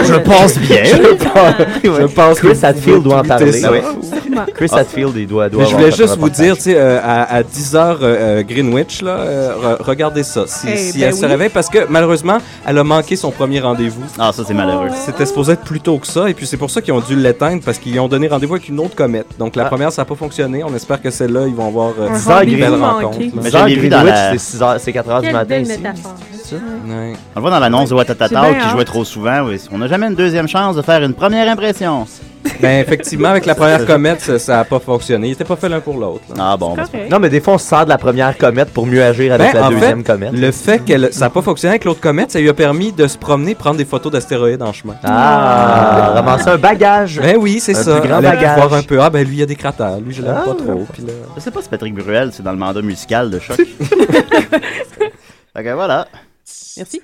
Speaker 5: Je pense bien.
Speaker 6: Je pense- Je pense
Speaker 5: Chris
Speaker 6: que vous
Speaker 5: Hadfield doit en parler.
Speaker 6: tweetez ça.
Speaker 5: Ah oui.
Speaker 6: Sûrement.
Speaker 5: Chris
Speaker 6: Ah.
Speaker 5: Hadfield, il doit, doit
Speaker 6: Mais je
Speaker 5: avoir
Speaker 6: voulais
Speaker 5: fait
Speaker 6: juste
Speaker 5: un
Speaker 6: vous dire, tu sais, euh, à, à 10h Greenwich, là, euh, re- regardez ça. Si,
Speaker 5: Eh
Speaker 6: si
Speaker 5: ben
Speaker 6: elle se
Speaker 5: oui.
Speaker 6: réveille, parce que malheureusement, elle a manqué son premier rendez-vous. Oh,
Speaker 3: Ah, ça, c'est malheureux.
Speaker 6: C'était supposé être plus tôt que ça, et puis c'est pour ça qu'ils ont dû l'éteindre, parce qu'ils ont donné rendez-vous avec une autre comète. Donc
Speaker 5: Ah.
Speaker 6: la première, ça n'a pas fonctionné. On espère que celle-là, ils vont avoir euh,
Speaker 5: Un
Speaker 6: une
Speaker 5: rendez-vous
Speaker 6: belle
Speaker 5: manqué.
Speaker 6: rencontre. là.
Speaker 5: Mais je l'ai vu dans la-
Speaker 3: c'est 4 h
Speaker 5: Quelle belle
Speaker 4: métaphore.
Speaker 3: On le voit dans l'annonce de
Speaker 4: J'ai
Speaker 3: Watatata
Speaker 4: bien
Speaker 3: qui jouait
Speaker 4: hâte.
Speaker 3: trop souvent. oui. On n'a jamais une deuxième chance de faire une première impression.
Speaker 6: Ben, effectivement, avec la première comète, ça n'a pas fonctionné. Ils n'étaient pas faits l'un pour l'autre.
Speaker 3: Ah bon.
Speaker 5: ben, C'est correct. Non, mais des fois, on sort de la première comète pour mieux agir avec
Speaker 6: Ben,
Speaker 5: la
Speaker 6: en
Speaker 5: deuxième
Speaker 6: fait,
Speaker 5: comète.
Speaker 6: Le fait que ça n'a pas fonctionné avec l'autre comète, ça lui a permis de se promener, prendre des photos d'astéroïdes en chemin.
Speaker 5: Ah, ramasser un bagage.
Speaker 6: Ben oui,
Speaker 12: Euh,
Speaker 6: c'est
Speaker 5: Un
Speaker 6: ça.
Speaker 5: plus grand
Speaker 6: Elle allait
Speaker 5: bagage.
Speaker 6: voir un peu. Ah, ben lui, il y a des cratères. Lui, je l'aime
Speaker 5: Ah.
Speaker 6: pas trop. Puis là...
Speaker 3: Je sais pas si Patrick Bruel, c'est dans le mandat musical de choc. fait que voilà.
Speaker 15: Merci.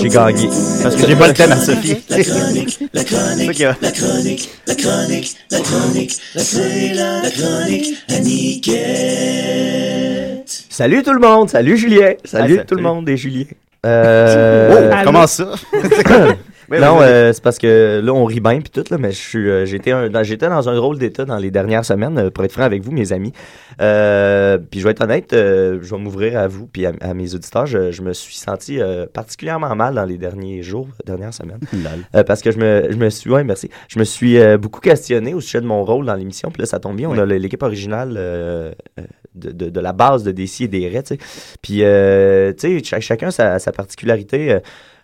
Speaker 3: J'ai gagné. Parce que j'ai pas le thème à Sophie.
Speaker 12: La chronique, la chronique, la chronique, la chronique, la chronique, la chronique, la chronique, la niquette.
Speaker 5: Salut tout le monde. Salut Julien.
Speaker 3: Ah,
Speaker 5: Salut
Speaker 3: salut.
Speaker 5: tout le monde et Julien. Euh...
Speaker 3: Oh, Allô? comment ça? Oui,
Speaker 5: non,
Speaker 3: oui, vas-y.
Speaker 5: euh, c'est parce que là, on rit bien puis tout, là, mais je suis, euh, j'étais, un- dans, j'étais dans un drôle d'état dans les dernières semaines, euh, pour être franc avec vous, mes amis. Euh, puis je vais être honnête, euh, je vais m'ouvrir à vous puis à, à mes auditeurs. Je, je me suis senti euh, particulièrement mal dans les derniers jours, dernières semaines. Euh, parce que je me, je me suis, ouais, merci. Je me suis euh, beaucoup questionné au sujet de mon rôle dans l'émission. Puis là, ça tombe bien, on
Speaker 3: Oui.
Speaker 5: a le- l'équipe originale euh, euh, de, de- de la base de DC et des Rets, tu sais. Puis, euh, tu sais, cha- chacun sa, sa particularité. Euh,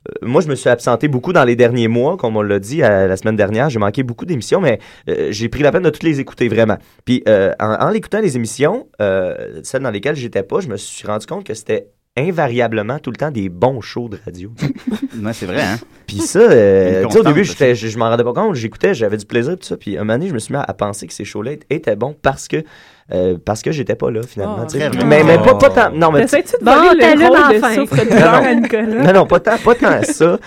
Speaker 5: euh, moi, je me suis absenté beaucoup dans les derniers mois, comme on l'a dit euh, la semaine dernière. J'ai manqué beaucoup d'émissions, mais euh, j'ai pris la peine de toutes les écouter vraiment. Puis, euh, en, en l'écoutant les émissions, euh, celles dans lesquelles j'étais pas, je me suis rendu compte que c'était invariablement tout le temps des bons shows de radio.
Speaker 3: Ouais, c'est vrai, hein?
Speaker 5: Puis ça, euh,
Speaker 3: Une
Speaker 5: tu sais, au
Speaker 3: constante,
Speaker 5: début,
Speaker 3: ça.
Speaker 5: j'étais- je je m'en rendais pas compte, j'écoutais, j'avais du plaisir, tout ça. Puis un moment donné, je me suis mis à, à penser que ces shows-là étaient- étaient bons parce que. euh, parce que j'étais pas là finalement.
Speaker 3: Oh,
Speaker 5: tu sais.
Speaker 3: vraiment?
Speaker 5: mais, mais pas, pas tant. Non, mais
Speaker 7: T'essayes-tu de
Speaker 4: Bon,
Speaker 7: voler
Speaker 4: t'allumes
Speaker 7: le rôle
Speaker 4: enfin.
Speaker 7: de souffre de
Speaker 5: Non,
Speaker 7: beurre
Speaker 5: non.
Speaker 7: à Nicolas?
Speaker 5: Non, non, pas tant, pas tant ça.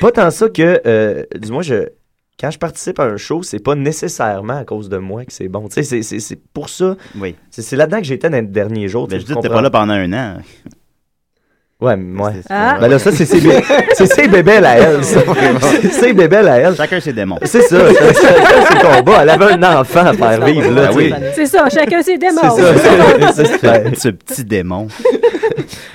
Speaker 5: Pas tant ça que, euh, du moins, je, quand je participe à un show, c'est pas nécessairement à cause de moi que c'est bon. Tu sais, c'est- c'est c'est pour ça.
Speaker 3: Oui.
Speaker 5: C'est c'est là-dedans que j'étais dans les derniers jours.
Speaker 3: Ben,
Speaker 5: tu
Speaker 3: je
Speaker 5: sais,
Speaker 3: dis,
Speaker 5: tu
Speaker 3: t'es
Speaker 5: comprends?
Speaker 3: pas là pendant un an.
Speaker 5: Ouais, mais ouais.
Speaker 3: Ah.
Speaker 5: Ben là, ça, c'est ses, bé- c'est ses bébelles à elle, ça. vraiment. C'est ses bébelles à elle.
Speaker 3: Chacun ses démons.
Speaker 5: C'est ça, c'est ça, ça, c'est combat. Elle avait un enfant à faire vivre, là,
Speaker 3: Ah
Speaker 5: tu
Speaker 3: oui.
Speaker 5: sais.
Speaker 4: C'est ça, chacun ses démons.
Speaker 5: Ouais.
Speaker 3: Ce petit démon.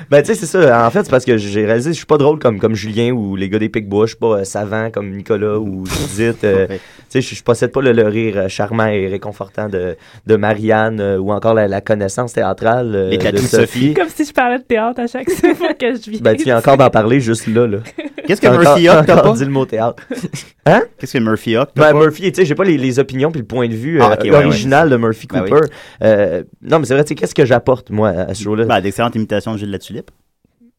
Speaker 5: Ben, tu sais, c'est ça. En fait, c'est parce que j'ai réalisé que je suis pas drôle comme, comme Julien ou les gars des Picbois. Je suis pas euh, savant comme Nicolas ou Judith. euh, tu sais, je je possède pas le, le rire euh, charmant et réconfortant de, de Marianne euh, ou encore la, la connaissance théâtrale euh,
Speaker 3: Les
Speaker 5: de
Speaker 3: tatous de Bah,
Speaker 5: Sophie.
Speaker 7: Comme si je parlais de théâtre à chaque fois que je vis.
Speaker 5: Ben, tu viens encore d'en parler juste là, là.
Speaker 3: Qu'est-ce que
Speaker 5: T'as encore-
Speaker 3: Murphy Hawk
Speaker 5: t'as
Speaker 3: t'as
Speaker 5: encore
Speaker 3: pas?
Speaker 5: dit le mot théâtre. Hein?
Speaker 3: Qu'est-ce que Murphy Hawk
Speaker 5: Ben, Murphy, tu sais, j'ai pas les, les opinions puis le point de vue euh,
Speaker 3: Ah, ok, ouais, ouais.
Speaker 5: original de Murphy
Speaker 3: Ben
Speaker 5: Cooper. Euh, non, mais c'est vrai, tu sais, qu'est-ce que j'apporte, moi, à ce jour-là?
Speaker 3: Ben, d'excellentes imitations de Gilles la Tulipe.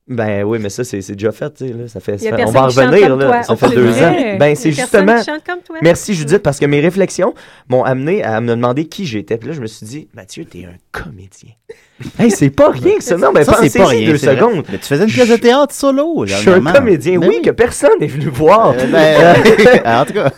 Speaker 5: Ben oui, mais ça, c'est c'est déjà fait, tu sais, là. Ça fait,
Speaker 4: Il y a
Speaker 5: ça fait- on
Speaker 4: personne
Speaker 5: va en
Speaker 4: qui chante
Speaker 5: revenir,
Speaker 4: comme
Speaker 5: là.
Speaker 4: toi.
Speaker 5: Ça
Speaker 4: Oh,
Speaker 5: fait
Speaker 4: c'est
Speaker 5: deux
Speaker 4: vrai.
Speaker 5: ans.
Speaker 4: Il y a
Speaker 5: Ben, c'est
Speaker 4: personne
Speaker 5: justement.
Speaker 4: qui chante comme toi.
Speaker 5: Merci, Judith, parce que mes réflexions m'ont amené à me demander qui j'étais. Puis là, je me suis dit, Mathieu, t'es un comédien. hey, c'est pas rien que ça. Non, mais
Speaker 3: Ça, c'est pas
Speaker 5: pensez-y
Speaker 3: rien,
Speaker 5: deux
Speaker 3: c'est vrai.
Speaker 5: secondes.
Speaker 3: Mais tu faisais une pièce de théâtre solo.
Speaker 5: Je suis un
Speaker 3: dernièrement.
Speaker 5: comédien,
Speaker 3: Ben
Speaker 5: oui, que personne n'est venu voir.
Speaker 3: Euh, ben, en tout cas,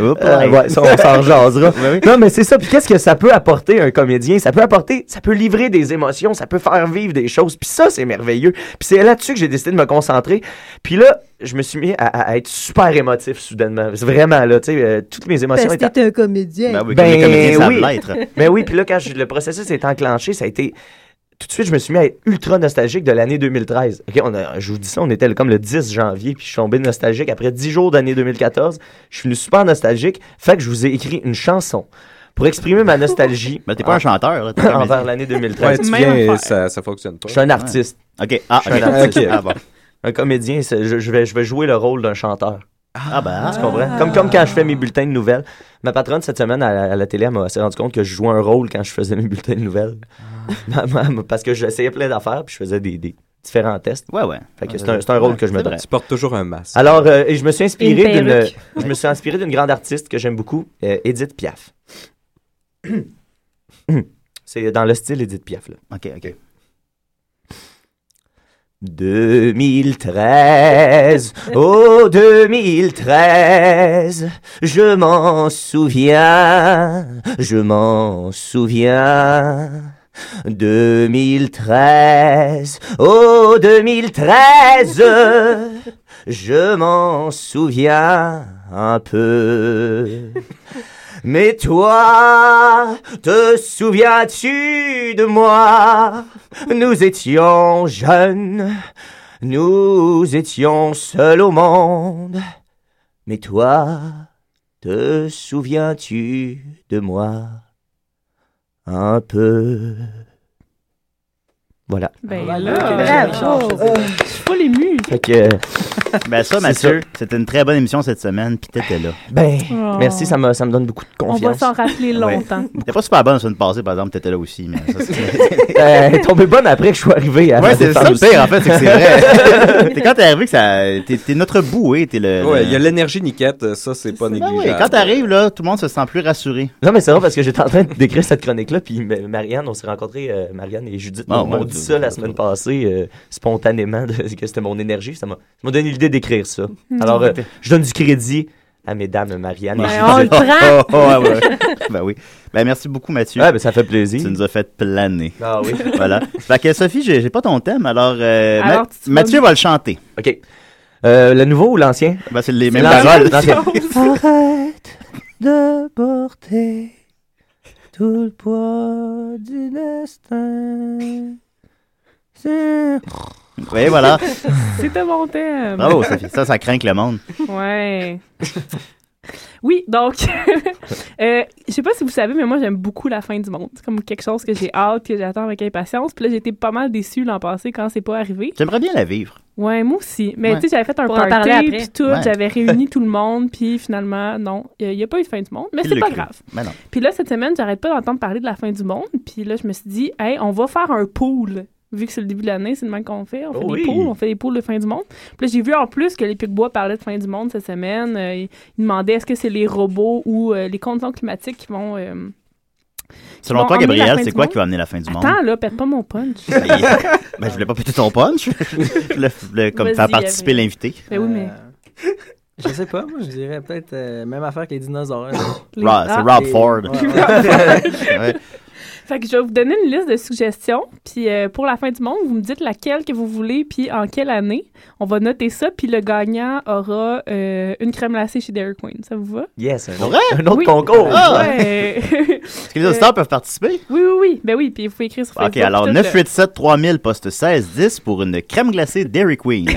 Speaker 3: oui. Oups,
Speaker 5: Euh,
Speaker 3: ouais.
Speaker 5: ouais, ça, on s'en jasera.
Speaker 3: Ben oui.
Speaker 5: Non, mais c'est ça. Puis qu'est-ce que ça peut apporter un comédien? Ça peut apporter, ça peut livrer des émotions, ça peut faire vivre des choses. Puis ça, c'est merveilleux. Puis c'est là-dessus que j'ai décidé de me concentrer. Puis là, je me suis mis à, à- à être super émotif soudainement. C'est Vraiment, là, tu sais, euh, toutes mes émotions
Speaker 4: Parce que
Speaker 5: étaient-
Speaker 4: t'es un comédien.
Speaker 3: Ben oui, comme les comédiens savent l'être.
Speaker 5: mais oui, puis là, quand je- le processus est enclenché, ça a été. Tout de suite, je me suis mis à être ultra nostalgique de l'année 2013. OK, on a- je vous dis ça, on était le- comme le 10 janvier, puis je suis tombé nostalgique. Après 10 jours d'année 2014, je suis venu super nostalgique. Fait que je vous ai écrit une chanson pour exprimer ma nostalgie. Ah.
Speaker 3: Ben, t'es pas un chanteur, là, t'es un
Speaker 5: Envers
Speaker 3: comédien.
Speaker 5: l'année 2013.
Speaker 6: Ouais, tu viens, ça, ça fonctionne pas.
Speaker 5: Je suis un artiste.
Speaker 3: OK. Ah,
Speaker 5: Je suis
Speaker 3: ok.
Speaker 5: un artiste.
Speaker 3: Ok. Ah, bon.
Speaker 5: Un comédien, c'est- je, je vais, je vais jouer le rôle d'un chanteur.
Speaker 3: Ah, ben.
Speaker 5: Tu comprends? Comme, comme quand je fais mes bulletins de nouvelles. Ma patronne, cette semaine, à, la- à la télé, elle m'a- s'est rendue compte que je jouais un rôle quand je faisais mes bulletins de nouvelles.
Speaker 3: Ah.
Speaker 5: Ma- ma- ma- Parce que j'essayais plein d'affaires, puis je faisais des, des différents tests.
Speaker 3: Ouais, ouais.
Speaker 5: Fait que c'est un, c'est un rôle que je me donne.
Speaker 6: Tu portes toujours un masque.
Speaker 5: Alors, euh, et je me suis inspiré
Speaker 4: Une
Speaker 5: d'une
Speaker 4: perruque.
Speaker 5: je me suis inspiré d'une grande artiste que j'aime beaucoup, euh, Edith Piaf. C'est dans le style Edith Piaf, là.
Speaker 3: OK, OK.
Speaker 5: 2013, oh 2013, je m'en souviens, je m'en souviens. 2013, oh 2013, je m'en souviens un peu. Mais toi, te souviens-tu de moi Nous étions jeunes, nous étions seuls au monde. Mais toi, te souviens-tu de moi Un peu. Voilà.
Speaker 7: Ben
Speaker 4: Ah,
Speaker 7: là, Euh,
Speaker 4: Bravo.
Speaker 7: je suis pas l'ému.
Speaker 5: Fait que,
Speaker 3: Ben, ça,
Speaker 5: C'est
Speaker 3: Mathieu, c'était une très bonne émission cette semaine, puis t'étais là.
Speaker 5: ben,
Speaker 7: Oh.
Speaker 5: merci, ça me, ça me donne beaucoup de
Speaker 7: On va
Speaker 5: confiance.
Speaker 7: s'en rappeler longtemps.
Speaker 3: T'étais Ah pas super bonne la semaine passée, par exemple, t'étais là aussi, mais ça, c'est-
Speaker 5: Euh, tombé bonne après que je suis arrivé. à la
Speaker 3: Ouais, c'est
Speaker 5: défense
Speaker 3: ça le
Speaker 5: aussi.
Speaker 3: pire, en fait, c'est que c'est vrai. T'es- quand t'es arrivé, que ça, t'es, t'es notre bouée, t'es
Speaker 5: Euh,
Speaker 3: le.
Speaker 6: Ouais,
Speaker 3: le-
Speaker 6: il y a l'énergie niquette, ça, c'est pas
Speaker 3: Ben
Speaker 6: négligeable.
Speaker 3: oui, quand t'arrives, là, tout le monde se sent plus rassuré.
Speaker 5: Non, mais c'est vrai parce que j'étais en train de décrire cette chronique-là, puis Ma- Marianne, on s'est rencontrés, euh, Marianne et Judith,
Speaker 3: Ah,
Speaker 5: on
Speaker 3: ouais,
Speaker 5: dit
Speaker 3: tu-
Speaker 5: ça la semaine passée, euh, spontanément, de- que c'était mon énergie, ça m'a ça m'a donné l'idée d'écrire ça. Alors, euh, je donne du crédit à mesdames Marianne et
Speaker 3: Ben,
Speaker 5: Judith.
Speaker 7: on le prend.
Speaker 3: Oh, oh, ouais, ouais. ben oui. Ben merci beaucoup, Mathieu.
Speaker 5: Ouais, ben, ça fait plaisir.
Speaker 3: Tu nous as fait planer.
Speaker 5: Ah oui.
Speaker 3: Voilà. Fait que Sophie, j'ai, j'ai pas ton thème, alors, euh,
Speaker 7: Alors,
Speaker 3: Ma-
Speaker 7: tu te
Speaker 3: Mathieu va le chanter.
Speaker 5: OK. Euh, le nouveau ou l'ancien?
Speaker 3: Ben, c'est les mêmes
Speaker 5: L'ancien-
Speaker 3: paroles.
Speaker 5: l'ancien.
Speaker 8: Arrête de porter tout le poids du destin. C'est-
Speaker 3: Oui, voilà.
Speaker 7: C'était mon thème.
Speaker 3: Bravo, Sophie. Ça, ça craint que le monde.
Speaker 7: Ouais. Oui, donc, euh, je sais pas si vous savez, mais moi, j'aime beaucoup la fin du monde. C'est comme quelque chose que j'ai hâte, que j'attends avec impatience. Puis là, j'étais pas mal déçue l'an passé quand c'est pas arrivé.
Speaker 3: J'aimerais bien la vivre.
Speaker 7: Ouais, moi aussi. Mais
Speaker 3: Ouais.
Speaker 7: tu sais, j'avais fait un
Speaker 4: Pour en
Speaker 7: party,
Speaker 4: parler après.
Speaker 7: puis tout,
Speaker 3: Ouais.
Speaker 7: j'avais réuni tout le monde, puis finalement, non, il n'y a, pas eu de fin du monde, mais
Speaker 3: Qui
Speaker 7: c'est
Speaker 3: le
Speaker 7: pas
Speaker 3: crut?
Speaker 7: grave.
Speaker 3: Ben non.
Speaker 7: Puis là, cette semaine, j'arrête pas d'entendre parler de la fin du monde, puis là, je me suis dit, hey, on va faire un pool Vu que c'est le début de l'année, c'est le même qu'on fait. On fait
Speaker 5: Oh
Speaker 7: des
Speaker 5: oui.
Speaker 7: pôles, on fait des pôles de fin du monde. Puis là, j'ai vu en plus que les Pic-Bois parlaient de fin du monde cette semaine. Euh, ils ils demandaient est-ce que c'est les robots ou euh, les conditions climatiques qui vont. euh, qui
Speaker 3: Selon
Speaker 7: vont
Speaker 3: toi,
Speaker 7: emmener la
Speaker 3: Gabriel,
Speaker 7: fin
Speaker 3: c'est
Speaker 7: du
Speaker 3: quoi
Speaker 7: monde?
Speaker 3: qui va amener la fin du monde?
Speaker 7: Attends, là, pète pas mon punch.
Speaker 3: Ben, je voulais pas péter ton punch. Je voulais- je voulais comme
Speaker 7: Vas-y,
Speaker 3: faire participer
Speaker 7: Gabriel.
Speaker 3: l'invité.
Speaker 7: Ben oui, mais.
Speaker 9: Je sais pas, moi, je dirais peut-être euh, même affaire que les dinosaures. hein.
Speaker 3: Les- Ra- c'est
Speaker 7: Ah.
Speaker 3: Rob Ford. Ouais.
Speaker 7: Fait que je vais vous donner une liste de suggestions. Puis euh, pour la fin du monde, vous me dites laquelle que vous voulez, puis en quelle année. On va noter ça, puis le gagnant aura euh, une crème glacée chez Dairy Queen. Ça vous va?
Speaker 5: Yes, un
Speaker 3: Pour
Speaker 5: autre,
Speaker 3: vrai?
Speaker 5: un autre
Speaker 3: Oui.
Speaker 5: concours.
Speaker 3: Ah!
Speaker 7: Ouais.
Speaker 3: Est-ce que les auditeurs peuvent participer?
Speaker 7: Oui, oui, oui. Ben oui, puis vous pouvez écrire sur Facebook.
Speaker 3: Ok, alors
Speaker 7: tout, là.
Speaker 3: 987 3000 poste 16 10 pour une crème glacée Dairy Queen.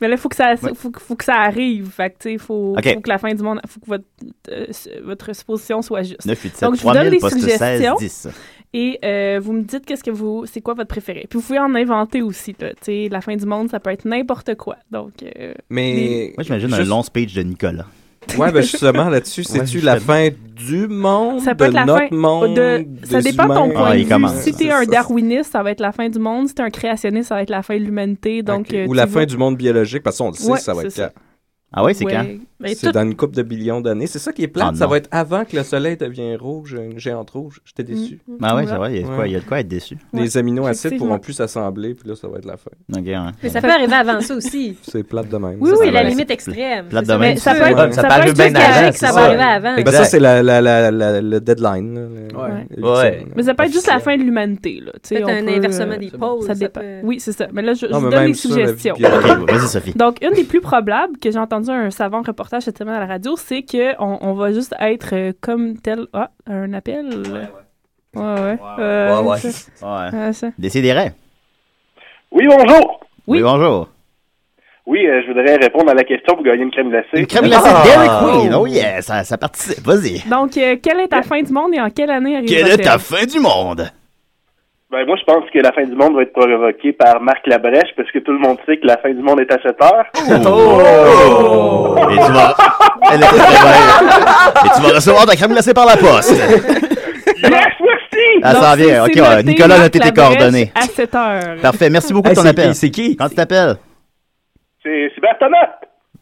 Speaker 7: Mais là, faut que ça,
Speaker 3: Ouais.
Speaker 7: faut, que- faut que ça arrive. Fait que, tu sais, faut,
Speaker 3: Ok.
Speaker 7: faut que la fin du monde, faut que votre, euh, votre supposition soit juste.
Speaker 3: 987
Speaker 7: Donc, je vous donne
Speaker 3: 3000,
Speaker 7: des
Speaker 3: poste
Speaker 7: suggestions.
Speaker 3: 16, 10.
Speaker 7: Et euh, vous me dites qu'est-ce que vous, c'est quoi votre préféré. Puis vous pouvez en inventer aussi, là. Tu sais, la fin du monde, ça peut être n'importe quoi. Donc, euh,
Speaker 6: Mais.
Speaker 3: Moi, j'imagine un
Speaker 6: Juste-
Speaker 3: long speech de Nicolas.
Speaker 6: Ouais, ben justement, là-dessus, c'est-tu
Speaker 3: Ouais,
Speaker 6: la
Speaker 3: justement.
Speaker 6: fin du monde,
Speaker 7: Ça peut
Speaker 6: de
Speaker 7: être la
Speaker 6: notre
Speaker 7: fin
Speaker 6: monde,
Speaker 7: de- ça
Speaker 6: des
Speaker 7: dépend de ton
Speaker 6: humains?
Speaker 7: point
Speaker 3: Ah, il
Speaker 7: de vue.
Speaker 3: commence.
Speaker 7: Si t'es
Speaker 6: C'est
Speaker 7: un
Speaker 6: ça.
Speaker 7: darwiniste, ça va être la fin du monde. Si t'es un créationniste, ça va être la fin de l'humanité. Donc, euh,
Speaker 6: Ou
Speaker 7: tu
Speaker 6: la
Speaker 7: vas-
Speaker 6: fin du monde biologique, parce qu'on le sait,
Speaker 7: Ouais,
Speaker 6: ça va être
Speaker 7: c'est
Speaker 6: quand?
Speaker 7: ça.
Speaker 3: Ah ouais, c'est
Speaker 7: Ouais.
Speaker 3: quand?
Speaker 7: Ben,
Speaker 6: C'est
Speaker 7: tout-
Speaker 6: dans une coupe de billions d'années. C'est ça qui est plate.
Speaker 3: Ah,
Speaker 6: ça
Speaker 3: non.
Speaker 6: va être avant que le soleil devienne rouge, une géante rouge. J'étais déçu.
Speaker 7: Mm, mm.
Speaker 3: Ah ouais,
Speaker 7: Voilà.
Speaker 3: c'est vrai, il y, a de quoi- il y a de quoi être déçu.
Speaker 6: Les aminoacides
Speaker 7: effectivement.
Speaker 6: pourront plus s'assembler, puis là, ça va être la fin.
Speaker 3: Ok, ouais.
Speaker 4: Mais ça peut arriver avant ça aussi.
Speaker 6: C'est plate de même.
Speaker 4: Oui,
Speaker 6: Ça,
Speaker 4: oui,
Speaker 6: ça
Speaker 4: la
Speaker 6: va être-
Speaker 4: limite
Speaker 3: Plate
Speaker 4: extrême. C'est
Speaker 3: de
Speaker 4: ça.
Speaker 3: même,
Speaker 4: Mais ça
Speaker 3: c'est
Speaker 4: peut être-
Speaker 3: vrai.
Speaker 4: ça peut
Speaker 5: arrive
Speaker 4: être
Speaker 5: bien
Speaker 4: juste correct
Speaker 5: avant,
Speaker 4: que ça
Speaker 5: c'est
Speaker 4: va
Speaker 5: ça.
Speaker 4: arriver avant.
Speaker 6: Ben, ça, c'est la, la, la, la- le deadline. là, le-
Speaker 9: Ouais.
Speaker 6: le-
Speaker 5: Ouais.
Speaker 6: le-
Speaker 7: Mais ça peut être juste la fin de l'humanité. là. Tu sais,
Speaker 4: Peut-être
Speaker 7: on
Speaker 4: un
Speaker 7: peut,
Speaker 4: inversement
Speaker 7: euh,
Speaker 4: des pôles,
Speaker 7: Ça
Speaker 4: ça
Speaker 7: dépend.
Speaker 4: peut-
Speaker 7: Oui, c'est ça. Mais là, je,
Speaker 6: Non,
Speaker 7: je
Speaker 6: mais
Speaker 7: donne
Speaker 6: même
Speaker 7: les
Speaker 6: ça, la vie
Speaker 7: suggestions.
Speaker 6: biologique.
Speaker 3: Ok, vas-y, Sophie.
Speaker 7: Donc, une des plus probables que j'ai entendu un savant reportage cette semaine à la radio, c'est qu'on on va juste être euh, comme tel. Ah, un appel. Ouais, ouais. Ouais, ouais. Euh,
Speaker 3: Ouais, ouais.
Speaker 7: ça-
Speaker 3: Ouais.
Speaker 7: euh, ça.
Speaker 3: Décidérez.
Speaker 2: Oui, bonjour.
Speaker 3: Oui. bonjour.
Speaker 2: Oui, euh, je voudrais répondre à la question pour gagner une crème glacée.
Speaker 3: Une crème glacée Dairy Queen. Oh yeah, ça, ça participe. Vas-y.
Speaker 7: Donc, euh, quelle est ta fin du monde et en quelle année arrive
Speaker 3: Quelle est ta fin du monde?
Speaker 2: Ben, moi, je pense que la fin du monde va être provoquée par Marc Labrèche, parce que tout le monde sait que la fin du monde est à 7 heures.
Speaker 3: Oh! Et tu vas... Elle est très belle. Et tu vas recevoir ta crème glacée par la poste.
Speaker 2: yes, merci!
Speaker 3: Ah, ça vient. Ok, ouais. Nicolas, notez tes coordonnées.
Speaker 7: À 7 heures.
Speaker 3: Parfait. Merci beaucoup de
Speaker 5: Hey,
Speaker 3: ton
Speaker 5: c'est
Speaker 3: appel.
Speaker 5: qui, c'est qui?
Speaker 3: Quand tu t'appelles?
Speaker 2: C'est Sébastien Thomas.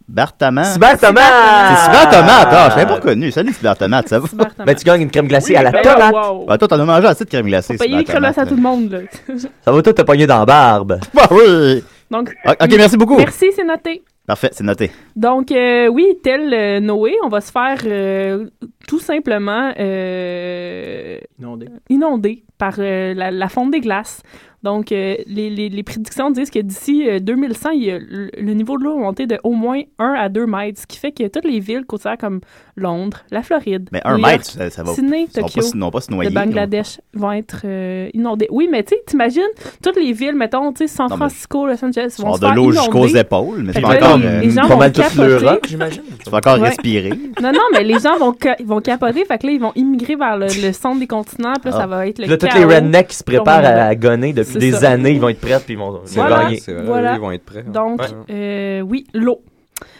Speaker 3: Bartaman. C'est
Speaker 5: Sibert Thomas!
Speaker 3: Sibert Tomate. Ah, je l'avais pas connu. Salut, Sibert Tomate. Ça va?
Speaker 5: Mais tu gagnes une crème glacée à la
Speaker 7: Ben,
Speaker 5: tomate.
Speaker 7: wow.
Speaker 3: Bah, toi, t'en as mangé assez de crème glacée.
Speaker 7: Payez les
Speaker 3: Sibert
Speaker 7: crevasses à
Speaker 3: Tomate.
Speaker 7: tout le monde. Là.
Speaker 5: Ça va tout te pogner dans la barbe.
Speaker 3: Bah oui.
Speaker 7: Donc,
Speaker 3: Ah, Ok, merci beaucoup.
Speaker 7: merci, c'est noté.
Speaker 3: Parfait, c'est noté.
Speaker 7: Donc, euh, oui, tel euh, Noé, on va se faire euh, tout simplement euh,
Speaker 9: Inondé.
Speaker 7: inonder par euh, la, la fonte des glaces. Donc, euh, les, les- les prédictions disent que d'ici euh, 2100, il y a le le niveau de l'eau va monter de au moins 1 à 2 mètres, ce qui fait que toutes les villes côtières comme Londres, la Floride,
Speaker 3: Mais un
Speaker 7: New York,
Speaker 3: mètre, ça, ça va.
Speaker 7: Sydney,
Speaker 3: ils vont
Speaker 7: Tokyo,
Speaker 3: pas, se- ils vont pas se noyer.
Speaker 7: le Bangladesh vont être euh, inondés. Oui, mais tu sais, t'imagines, toutes les villes, mettons, tu sais, San
Speaker 3: mais-
Speaker 7: Francisco, Los Angeles,
Speaker 3: Ils
Speaker 7: vont
Speaker 3: ont
Speaker 7: se
Speaker 3: de
Speaker 7: faire
Speaker 3: l'eau jusqu'aux
Speaker 7: inonder.
Speaker 3: épaules, mais
Speaker 7: Fait
Speaker 3: tu
Speaker 7: que
Speaker 3: vas
Speaker 7: là,
Speaker 3: encore,
Speaker 7: les-
Speaker 3: euh,
Speaker 7: les gens
Speaker 5: Pas
Speaker 7: vont
Speaker 5: mal toute
Speaker 7: capoter.
Speaker 5: l'Europe, j'imagine.
Speaker 3: tu vas encore
Speaker 7: Ouais.
Speaker 3: respirer.
Speaker 7: Non, non, mais les gens vont, ca- ils vont capoter, fait que là, ils vont immigrer vers le, le centre des continents, puis là,
Speaker 5: Ah.
Speaker 7: ça va être le
Speaker 5: Puis là, tous les
Speaker 7: chaos.
Speaker 5: rednecks qui se préparent
Speaker 7: Donc,
Speaker 5: à, à gonner
Speaker 7: C'est
Speaker 5: depuis des
Speaker 7: ça.
Speaker 5: années, ils vont être prêts puis ils vont, ils
Speaker 6: C'est
Speaker 5: vont
Speaker 7: Voilà.
Speaker 5: gagner.
Speaker 6: vrai, c'est vrai.
Speaker 7: Voilà.
Speaker 6: Ils vont être prêts. hein.
Speaker 7: Donc,
Speaker 6: Ouais.
Speaker 7: euh, oui, l'eau.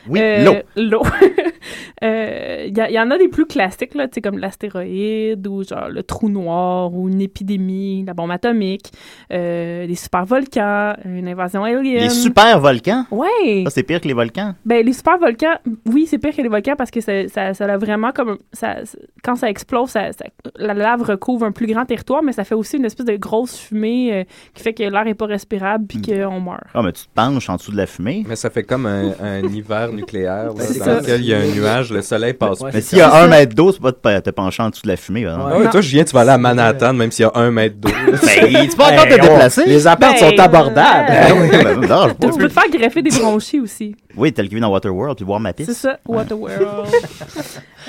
Speaker 3: Oui,
Speaker 7: Euh,
Speaker 3: l'eau.
Speaker 7: L'eau. Euh, Il y, a- il y en a des plus classiques, là, tu sais, comme l'astéroïde ou genre le trou noir ou une épidémie, la bombe atomique, euh, les supervolcans, une invasion alien.
Speaker 3: Les super volcans.
Speaker 7: Ouais.
Speaker 3: Ça, c'est pire que les volcans.
Speaker 7: Ben, les supervolcans, oui, c'est pire que les volcans parce que ça, ça, ça a vraiment comme. Ça, quand ça explose, ça, ça- la lave recouvre un plus grand territoire, mais ça fait aussi une espèce de grosse fumée euh, qui fait que l'air est pas respirable puis qu'on meurt.
Speaker 3: Ah, mais tu te penches en dessous de la fumée.
Speaker 6: Mais ça fait comme un, un hiver nucléaire là,
Speaker 9: c'est
Speaker 6: dans
Speaker 9: ça.
Speaker 6: lequel il y a un nuage, le soleil passe
Speaker 9: Ouais,
Speaker 3: Mais
Speaker 9: c'est
Speaker 3: s'il y a
Speaker 9: ça.
Speaker 3: un mètre d'eau, c'est pas de pa- te pencher en dessous de la fumée. par exemple.
Speaker 6: Ah ouais,
Speaker 7: Non.
Speaker 6: toi, Julien, tu vas aller à Manhattan, même s'il y a un mètre d'eau.
Speaker 3: Ben, tu peux encore te
Speaker 5: Ben, on-
Speaker 3: déplacer. Ben,
Speaker 9: Les appartes
Speaker 7: Ben,
Speaker 9: sont abordables.
Speaker 3: Non, ça me dérange
Speaker 7: Tu
Speaker 3: pas.
Speaker 7: peux te faire greffer des bronchies aussi.
Speaker 3: Oui, tel qu'il vit dans Waterworld, puis boire ma
Speaker 7: C'est
Speaker 3: piste.
Speaker 7: ça, Waterworld.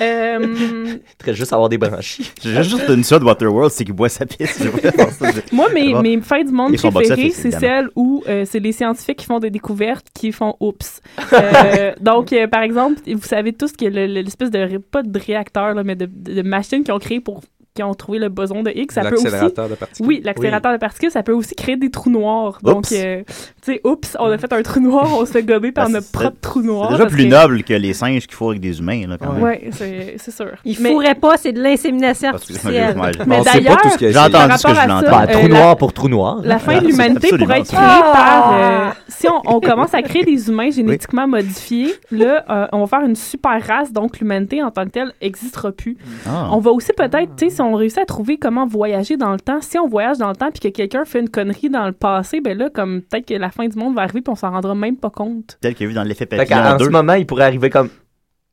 Speaker 7: euh,
Speaker 5: Très juste avoir des branchies.
Speaker 3: J'ai juste une seule de Waterworld, c'est qu'il boit sa piste. Je vois pas ça.
Speaker 7: moi, mes,
Speaker 3: C'est bon.
Speaker 7: mes fins du monde
Speaker 3: Et son box-office,
Speaker 7: préférées, c'est
Speaker 3: évidemment.
Speaker 7: celles où euh, c'est les scientifiques qui font des découvertes qui font oups. Euh, donc, euh, par exemple, vous savez tous que le- le- l'espèce de, ré- pas de réacteur, là, mais de, de- de machines qu'ils ont créé pour, qui ont trouvé le boson de Higgs, ça peut aussi
Speaker 6: L'accélérateur de particules.
Speaker 7: Oui, l'accélérateur de particules, ça peut aussi créer des trous noirs. Donc,
Speaker 3: Oups.
Speaker 7: euh, tu tu sais, oups, on a fait un trou noir, on se fait gober par
Speaker 3: Ben,
Speaker 7: notre
Speaker 3: c'est-
Speaker 7: propre trou noir.
Speaker 3: C'est déjà
Speaker 7: parce
Speaker 3: plus
Speaker 7: que-
Speaker 3: noble que les singes qu'il faut avec des humains, là, quand même.
Speaker 7: Ouais, c'est c'est sûr.
Speaker 4: Il ne fourrait pas, c'est de l'insémination artificielle.
Speaker 3: Ouais.
Speaker 7: Mais
Speaker 3: On sait pas
Speaker 7: d'ailleurs,
Speaker 3: tout ce qu'il y a J'ai essayé. entendu ce que
Speaker 7: par
Speaker 3: je Ah,
Speaker 7: rapport à
Speaker 3: voulais
Speaker 7: ça,
Speaker 3: entendre.
Speaker 5: Ben, trou
Speaker 7: euh, la-
Speaker 5: noir pour trou noir.
Speaker 7: La fin de
Speaker 5: Absolument,
Speaker 7: l'humanité pourrait être créée
Speaker 5: absolument.
Speaker 7: par.
Speaker 4: Ah!
Speaker 7: euh, si on, on commence à créer des humains génétiquement modifiés, là, euh, on va faire une super race, donc l'humanité en tant que telle n'existera plus.
Speaker 17: Ah.
Speaker 7: On va aussi peut-être, tu sais, si on réussit à trouver comment voyager dans le temps, si on voyage dans le temps puis que quelqu'un fait une connerie dans le passé, ben là, comme peut-être que la fin du monde va arriver puis on s'en rendra même pas compte.
Speaker 3: Tel qu'il y a vu dans l'effet
Speaker 5: Fait qu'en-
Speaker 3: papillon
Speaker 5: en ce
Speaker 3: 2.
Speaker 5: moment, il pourrait arriver comme.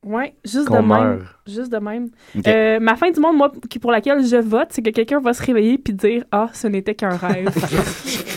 Speaker 7: Ouais, juste
Speaker 5: Qu'on
Speaker 7: de même.
Speaker 5: meurt.
Speaker 7: Juste de même.
Speaker 5: Ok.
Speaker 7: Euh, ma fin du monde, moi, qui, pour laquelle je vote, c'est que quelqu'un va se réveiller puis dire Ah, ce n'était qu'un rêve.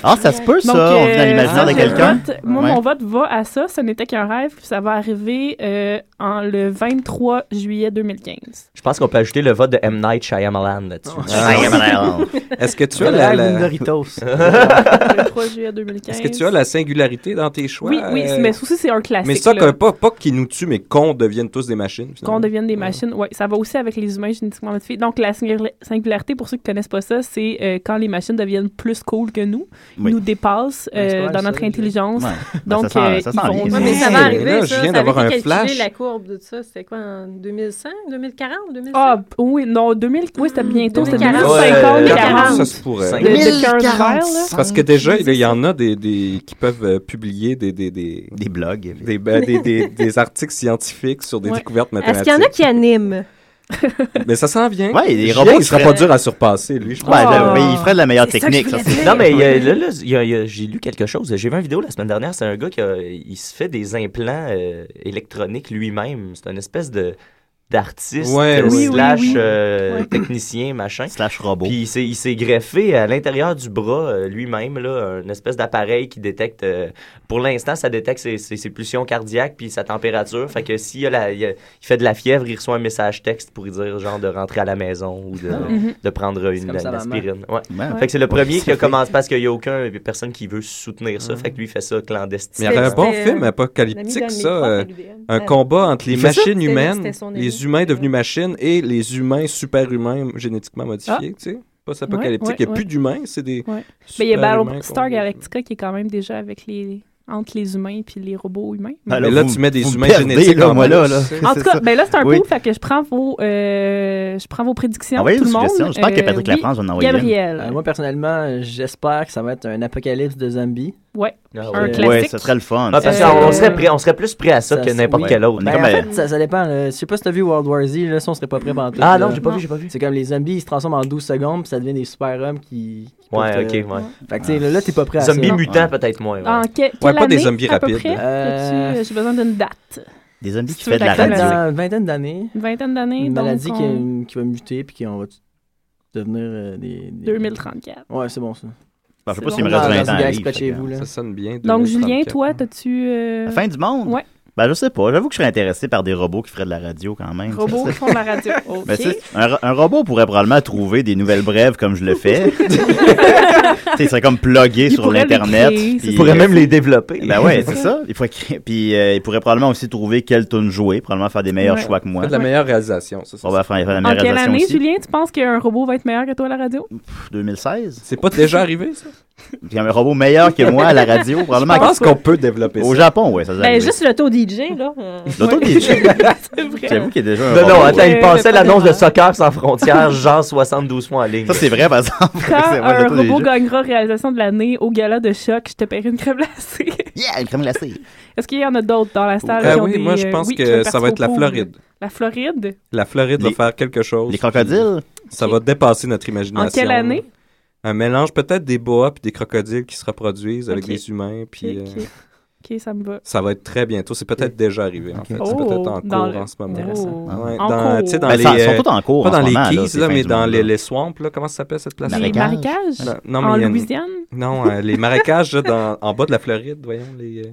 Speaker 3: Ah, ça se peut, ça,
Speaker 7: Donc,
Speaker 3: on vit
Speaker 7: euh,
Speaker 3: dans l'imaginaire
Speaker 7: ça,
Speaker 3: de
Speaker 7: je
Speaker 3: quelqu'un.
Speaker 7: vote- Moi,
Speaker 3: Ouais.
Speaker 7: mon vote va à ça. Ce n'était qu'un rêve. puis Ça va arriver euh, en le 23 juillet 2015.
Speaker 5: Je pense qu'on peut ajouter le vote de M. Night Shyamalan là-dessus.
Speaker 6: Shyamalan. Est-ce que tu as
Speaker 5: Le
Speaker 6: la-
Speaker 5: rêve
Speaker 6: la-
Speaker 5: d'une Doritos.
Speaker 7: Le 23 juillet 2015.
Speaker 6: Est-ce que tu as la singularité dans tes choix?
Speaker 7: Oui, oui,
Speaker 6: euh,
Speaker 7: mais ça aussi, c'est un classique.
Speaker 6: Mais ça,
Speaker 7: là.
Speaker 6: que- pas, pas qu'ils nous tuent, mais qu'on devienne tous des machines.
Speaker 7: qu'on
Speaker 6: finalement.
Speaker 7: devienne des machines. Ouais, ça va aussi avec les humains génétiquement modifiés. Donc, la singula- singularité, pour ceux qui ne connaissent pas ça, c'est euh, quand les machines deviennent plus cool que nous,
Speaker 15: Oui.
Speaker 7: nous dépassent euh,
Speaker 15: Ouais, c'est pas mal,
Speaker 7: dans
Speaker 15: ça,
Speaker 7: notre intelligence.
Speaker 3: Ouais. Ben,
Speaker 7: Donc,
Speaker 3: ça sent-
Speaker 7: euh,
Speaker 3: ça
Speaker 7: ils
Speaker 3: sent
Speaker 7: vont...
Speaker 3: bien,
Speaker 4: Ouais, mais ça va
Speaker 3: Hey,
Speaker 4: arriver,
Speaker 3: là,
Speaker 4: ça.
Speaker 3: je viens
Speaker 4: ça
Speaker 3: d'avoir
Speaker 4: avait
Speaker 3: un
Speaker 4: calculé
Speaker 3: flash.
Speaker 4: la courbe de ça. C'était quoi, en 2100, 2040, 2050?
Speaker 7: Ah, p- oui, non, 2000, oui,
Speaker 6: Mm.
Speaker 7: c'était bientôt, c'était
Speaker 4: 2040.
Speaker 7: 2050,
Speaker 6: Ouais,
Speaker 7: 40.
Speaker 6: Ça se
Speaker 3: euh,
Speaker 6: pourrait.
Speaker 7: De- de Kurt Weill, là.
Speaker 6: Parce que déjà, il y en a des, des- qui peuvent euh, publier des, des, des,
Speaker 3: blogs,
Speaker 6: des, ben, des, des- des articles scientifiques sur des
Speaker 4: Ouais.
Speaker 6: découvertes
Speaker 4: Est-ce
Speaker 6: mathématiques.
Speaker 4: qu'il y en a qui animent?
Speaker 6: Mais ça s'en vient.
Speaker 3: Ouais, les
Speaker 6: Julien,
Speaker 3: robots,
Speaker 6: il sera
Speaker 3: ils
Speaker 6: pas
Speaker 3: feraient-
Speaker 6: dur à surpasser, lui. Je pense.
Speaker 3: Ouais, là, oui, Bah, il ferait de la meilleure technique. ça, c'est-
Speaker 5: Non, mais il y a- là, là, il y a- il y a- j'ai lu quelque chose. J'ai vu une vidéo la semaine dernière. C'est un gars qui a- il se fait des implants euh, électroniques lui-même. C'est une espèce de d'artiste
Speaker 6: Ouais,
Speaker 5: euh,
Speaker 6: oui, oui,
Speaker 5: slash
Speaker 6: oui.
Speaker 5: euh,
Speaker 6: Ouais.
Speaker 5: technicien machin
Speaker 3: slash robot
Speaker 5: puis il s'est- il s'est greffé à l'intérieur du bras euh, lui-même là une espèce d'appareil qui détecte euh, pour l'instant ça détecte ses, ses- ses pulsions cardiaques puis sa température fait que s'il y a la- il y a- il fait de la fièvre il reçoit un message texte pour lui dire genre de rentrer à la maison ou de,
Speaker 3: Mm-hmm.
Speaker 6: Mhm.
Speaker 5: de prendre une,
Speaker 6: comme ça,
Speaker 5: une
Speaker 6: maman.
Speaker 5: aspirine ouais.
Speaker 6: Ouais.
Speaker 5: fait que c'est le
Speaker 6: Ouais,
Speaker 5: premier qui
Speaker 6: c'est
Speaker 5: a
Speaker 6: fait.
Speaker 5: commencé parce qu'il n'y a aucun personne qui veut soutenir ça fait que lui il fait ça clandestin
Speaker 6: Mais il y avait un bon film
Speaker 5: un
Speaker 6: apocalyptique,
Speaker 5: ami d'un de mes
Speaker 6: ça.
Speaker 5: profs à
Speaker 6: euh,
Speaker 5: l'UDM.
Speaker 6: un
Speaker 5: Ouais.
Speaker 6: combat entre les
Speaker 5: Il fait ça?
Speaker 6: machines
Speaker 5: C'était-
Speaker 6: humaines,
Speaker 5: c'était son ami.
Speaker 6: les humains devenus machines et les humains super-humains génétiquement
Speaker 3: Ah.
Speaker 6: modifiés, tu sais. Pas apocalyptique.
Speaker 7: Ouais,
Speaker 6: il n'y a
Speaker 7: ouais,
Speaker 6: plus
Speaker 7: ouais.
Speaker 6: d'humains, c'est des.
Speaker 7: Ouais. Mais il y a
Speaker 6: super-humains
Speaker 7: Battlestar
Speaker 6: qu'on-
Speaker 7: Galactica qui est quand même déjà avec les entre les humains puis les robots humains.
Speaker 6: Ben là, Mais là, vous- tu mets des vous humains perdez, génétiques là,
Speaker 3: Là,
Speaker 6: en
Speaker 3: moi, là,
Speaker 6: plus.
Speaker 3: là.
Speaker 7: En
Speaker 3: c'est
Speaker 7: tout cas,
Speaker 3: ça.
Speaker 7: ben là, c'est un
Speaker 3: Oui.
Speaker 7: peu, fait que je prends vos, euh, je prends vos prédictions,
Speaker 3: Envoyez
Speaker 7: tout le
Speaker 3: une
Speaker 7: monde. Euh,
Speaker 3: suggestion. J'espère que Patrick Lafrance va en envoyer une.
Speaker 7: Gabriel.
Speaker 9: Euh, moi, personnellement, euh, j'espère que ça va être un apocalypse de zombies.
Speaker 7: Ouais,
Speaker 5: Ah
Speaker 9: Puis,
Speaker 5: ouais.
Speaker 9: euh,
Speaker 5: Ouais, classique. ça serait le fun, Ah, parce ça. qu'on serait prêt- on serait plus prêt à ça que n'importe
Speaker 9: oui.
Speaker 5: quel autre.
Speaker 9: Ben,
Speaker 5: Comme,
Speaker 9: en
Speaker 5: euh,
Speaker 9: fait, ça, ça dépend. là. Je sais pas si t'as vu World War Z, là, ça, on serait pas prêt pendant tout.
Speaker 5: Ah
Speaker 9: là.
Speaker 5: non, j'ai pas vu, j'ai pas vu.
Speaker 9: C'est comme les zombies, ils se transforment en 12 secondes, puis ça devient des super-hommes qui. qui
Speaker 5: Ouais,
Speaker 9: peuvent te-
Speaker 5: ok, ouais.
Speaker 9: Fait que, tu sais, là, là, t'es pas prêt à ça.
Speaker 5: Zombies mutants, peut-être moins, ouais.
Speaker 7: En que- quelle année, à peu près,
Speaker 9: Euh,
Speaker 7: as-tu- J'ai besoin d'une date.
Speaker 3: Des zombies
Speaker 7: tu
Speaker 3: qui font de
Speaker 7: veux
Speaker 3: la
Speaker 7: que la
Speaker 3: radio.
Speaker 9: Dans une vingtaine d'années.
Speaker 7: Une vingtaine d'années.
Speaker 9: Une
Speaker 7: donc
Speaker 9: maladie qui,
Speaker 7: on-
Speaker 9: qui va muter, puis qu'on va t- devenir euh, des, des-
Speaker 7: 2034.
Speaker 9: Ouais, c'est bon, ça.
Speaker 3: Ben, je sais
Speaker 9: C'est
Speaker 3: pas s'il
Speaker 9: bon.
Speaker 3: me reste
Speaker 9: Dans-
Speaker 3: 20
Speaker 9: dans
Speaker 3: ans
Speaker 9: une
Speaker 3: à
Speaker 9: galaxie près de
Speaker 3: vivre,
Speaker 9: chez vous, là.
Speaker 6: Ça sonne bien.
Speaker 7: Donc, Julien, toi, t'as-tu. euh,
Speaker 3: La fin du monde?
Speaker 7: Ouais.
Speaker 3: Ben, je sais pas. J'avoue que je serais intéressé par des robots qui feraient de la radio quand même. Ça,
Speaker 7: Robots
Speaker 3: ça-
Speaker 7: qui font de la radio.
Speaker 3: Ben, tu
Speaker 7: OK.
Speaker 3: sais, un, ro- un robot pourrait probablement trouver des nouvelles brèves comme je le fais. Tu sais, il serait comme plugué
Speaker 5: Il
Speaker 3: sur
Speaker 5: pourrait les
Speaker 3: l'Internet.
Speaker 5: créer, c'est
Speaker 3: puis-
Speaker 5: Il pourrait même les développer.
Speaker 3: Ben ouais, c'est
Speaker 5: C'est
Speaker 3: ça. Il, pourrait créer- puis, euh, il pourrait probablement aussi trouver quelle tune jouer, probablement faire des meilleurs
Speaker 7: Ouais.
Speaker 3: choix que moi.
Speaker 6: Faire de la meilleure réalisation, ça.
Speaker 3: On va faire faire la
Speaker 7: En
Speaker 3: meilleure
Speaker 7: quelle
Speaker 3: réalisation
Speaker 7: année,
Speaker 3: aussi.
Speaker 7: Julien, tu penses qu'un robot va être meilleur que toi à la radio?
Speaker 3: 2016.
Speaker 6: C'est pas déjà arrivé, ça?
Speaker 3: Il y a un robot meilleur que moi à la radio, probablement.
Speaker 6: Je pense qu'on peut développer
Speaker 3: Au
Speaker 6: ça.
Speaker 3: Japon, oui, ça doit
Speaker 4: Ben,
Speaker 3: arriver.
Speaker 4: juste l'auto-DJ, là. euh,
Speaker 3: L'auto-DJ.
Speaker 4: C'est vrai.
Speaker 3: J'avoue qu'il y a déjà un
Speaker 5: Non, non,
Speaker 3: robot.
Speaker 5: attends, il
Speaker 4: Euh,
Speaker 5: passait
Speaker 4: le
Speaker 5: l'annonce de Soccer sans frontières, genre 72 fois en ligne. Ça,
Speaker 3: c'est vrai, par exemple.
Speaker 7: Quand un robot gagnera réalisation de l'année au gala de choc, je te paierai une crème glacée.
Speaker 3: yeah, une crème glacée.
Speaker 7: Est-ce qu'il y en a d'autres dans la salle?
Speaker 6: Ah
Speaker 7: qui ont
Speaker 6: oui,
Speaker 7: des,
Speaker 6: moi, je
Speaker 7: euh,
Speaker 6: pense
Speaker 7: oui,
Speaker 6: que
Speaker 7: qui veulent
Speaker 6: ça
Speaker 7: partir
Speaker 6: va
Speaker 7: au
Speaker 6: être la
Speaker 7: pool?
Speaker 6: Floride.
Speaker 7: La Floride?
Speaker 6: La Floride va faire quelque chose.
Speaker 3: Les crocodiles?
Speaker 6: Ça va dépasser notre imagination.
Speaker 7: En quelle année?
Speaker 6: Un mélange peut-être des boas puis des crocodiles qui se reproduisent avec
Speaker 7: Ok.
Speaker 6: des humains. Puis,
Speaker 7: Ok,
Speaker 6: euh,
Speaker 7: ok. Ok, ça me va.
Speaker 6: Ça va être très bientôt. C'est peut-être déjà arrivé, en fait. C'est
Speaker 7: Oh,
Speaker 6: peut-être
Speaker 7: dans
Speaker 6: en cours
Speaker 7: le-
Speaker 6: en ce moment.
Speaker 7: intéressant.
Speaker 6: Ouais,
Speaker 7: En
Speaker 6: dans,
Speaker 7: cours.
Speaker 6: tu sais, dans
Speaker 3: Ben,
Speaker 6: les,
Speaker 3: ça- sont
Speaker 6: euh,
Speaker 3: toutes en cours
Speaker 6: Pas
Speaker 3: en
Speaker 6: dans
Speaker 3: ce
Speaker 6: les
Speaker 3: moment, là,
Speaker 6: Keys,
Speaker 3: ces
Speaker 6: là,
Speaker 3: fins
Speaker 6: mais
Speaker 3: du
Speaker 6: dans
Speaker 3: monde,
Speaker 6: les,
Speaker 3: là.
Speaker 6: les swamps. Là, comment ça s'appelle cette place
Speaker 7: Les marécages?
Speaker 6: Non, non, mais
Speaker 7: en
Speaker 6: il y a une-
Speaker 7: Louisiane?
Speaker 6: Non, euh, les marécages là, dans- en bas de la Floride, voyons. Les, euh,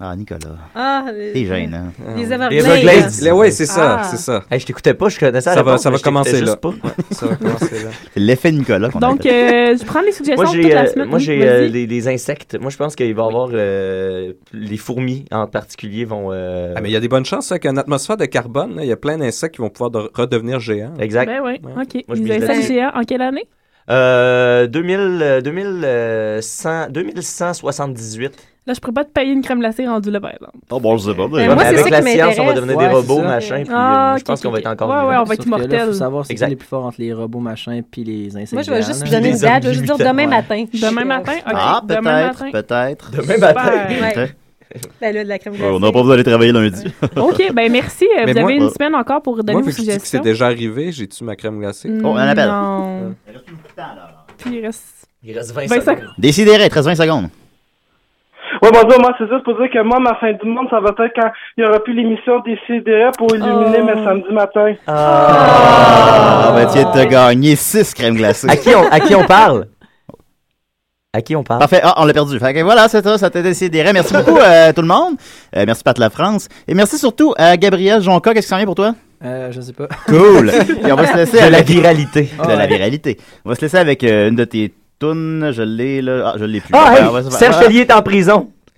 Speaker 3: Ah, Nicolas.
Speaker 4: Ah, les-
Speaker 3: T'es gênant.
Speaker 4: Les
Speaker 6: Ah, ouais.
Speaker 4: Everglades.
Speaker 5: Les Everglades.
Speaker 6: Les- ouais, c'est ça,
Speaker 4: Ah.
Speaker 6: c'est ça.
Speaker 5: Hey, je t'écoutais pas, je connaissais la
Speaker 6: Ça va-
Speaker 5: réponse,
Speaker 6: ça va
Speaker 5: mais je t'écoutais
Speaker 6: commencer,
Speaker 5: juste
Speaker 6: là.
Speaker 5: pas.
Speaker 6: Ouais, ça va commencer, là.
Speaker 3: C'est l'effet Nicolas qu'on
Speaker 7: Donc,
Speaker 3: appelle.
Speaker 7: euh, je prends les suggestions
Speaker 5: Moi,
Speaker 7: de toute
Speaker 5: j'ai,
Speaker 7: la
Speaker 5: euh,
Speaker 7: semaine.
Speaker 5: moi,
Speaker 7: Oui,
Speaker 5: j'ai
Speaker 7: vas-y.
Speaker 5: euh, les, les insectes. Moi, je pense qu'il va y avoir euh, les fourmis en particulier vont. euh,
Speaker 6: Ah, mais il y a des bonnes chances hein, qu'une atmosphère de carbone, là, il y a plein d'insectes qui vont pouvoir de- redevenir géants.
Speaker 5: Exact.
Speaker 7: Ben oui, ok.
Speaker 5: Moi, je mise
Speaker 7: les insectes
Speaker 5: là-dessus.
Speaker 7: géants, en quelle année?
Speaker 5: Euh, 2000, euh, 2000, euh, 100, 2178.
Speaker 7: Là, je pourrais pas te payer une crème glacée rendue là, par exemple.
Speaker 5: Oh, bon, je sais pas.
Speaker 7: Ben, moi, c'est
Speaker 5: avec
Speaker 7: ça
Speaker 5: la
Speaker 7: qui
Speaker 5: science, on va
Speaker 7: m'intéresse.
Speaker 5: devenir
Speaker 7: Ouais,
Speaker 5: des
Speaker 7: c'est
Speaker 5: robots,
Speaker 7: ça.
Speaker 5: machin. Puis,
Speaker 7: Ah,
Speaker 5: euh, je
Speaker 7: ok,
Speaker 5: pense qu'on
Speaker 7: ok,
Speaker 5: va être
Speaker 7: ok.
Speaker 5: encore.
Speaker 7: Ouais,
Speaker 5: vivants.
Speaker 7: ouais, on va être
Speaker 9: Sauf que là,
Speaker 7: immortels.
Speaker 9: faut savoir c'est
Speaker 5: Exact.
Speaker 9: qui les plus forts entre les robots machins puis les insectes.
Speaker 4: Moi, je vais
Speaker 9: géants,
Speaker 4: juste
Speaker 9: là.
Speaker 4: vous donner une date. Je vais juste dire demain matin.
Speaker 7: Demain matin? Ok.
Speaker 3: Ah,
Speaker 7: Demain
Speaker 3: peut-être,
Speaker 7: matin.
Speaker 3: peut-être.
Speaker 5: Demain
Speaker 7: Super. matin.
Speaker 3: Ouais.
Speaker 4: Ben là, de la crème
Speaker 3: Ouais,
Speaker 4: glacée.
Speaker 3: Oh, on n'a pas besoin d'aller travailler lundi.
Speaker 7: OK, ben merci. Euh,
Speaker 6: Mais
Speaker 7: Vous
Speaker 6: moi-
Speaker 7: avez une semaine encore pour donner
Speaker 6: Moi,
Speaker 7: vos
Speaker 6: vu que je dis que c'est
Speaker 7: suggestions.
Speaker 6: Oh, déjà arrivé, j'ai-tu ma crème glacée?
Speaker 7: Mm, Non. Puis il reste...
Speaker 5: Il reste
Speaker 7: 20 secondes.
Speaker 3: Décidérez, 13 20 secondes.
Speaker 17: Ouais, bonjour, moi, c'est juste pour dire que moi, ma fin du monde, ça va être quand il n'y aura plus l'émission des CDR pour illuminer mes samedis matin.
Speaker 3: Ah, ben, tu viens de te gagner 6 crèmes glacées.
Speaker 5: À qui on- à qui on parle? À qui on parle?
Speaker 3: Parfait. Ah, on l'a perdu. Fait que voilà, c'est ça, ça t'a décidé. Merci beaucoup euh, tout le monde. Euh, merci Pat La France. Et merci surtout à Gabriel Jonca. Qu'est-ce qui s'en vient pour toi?
Speaker 9: Euh, je sais pas.
Speaker 3: Cool. Et on va se laisser
Speaker 9: De
Speaker 3: avec-
Speaker 9: la viralité.
Speaker 3: De la
Speaker 9: Ouais.
Speaker 3: viralité. On va se laisser avec euh, une de tes tunes. Je l'ai là. Ah, je l'ai plus.
Speaker 5: Ah, hey,
Speaker 3: on va se faire-
Speaker 5: Serge
Speaker 3: Ah.
Speaker 5: Tellier est en prison.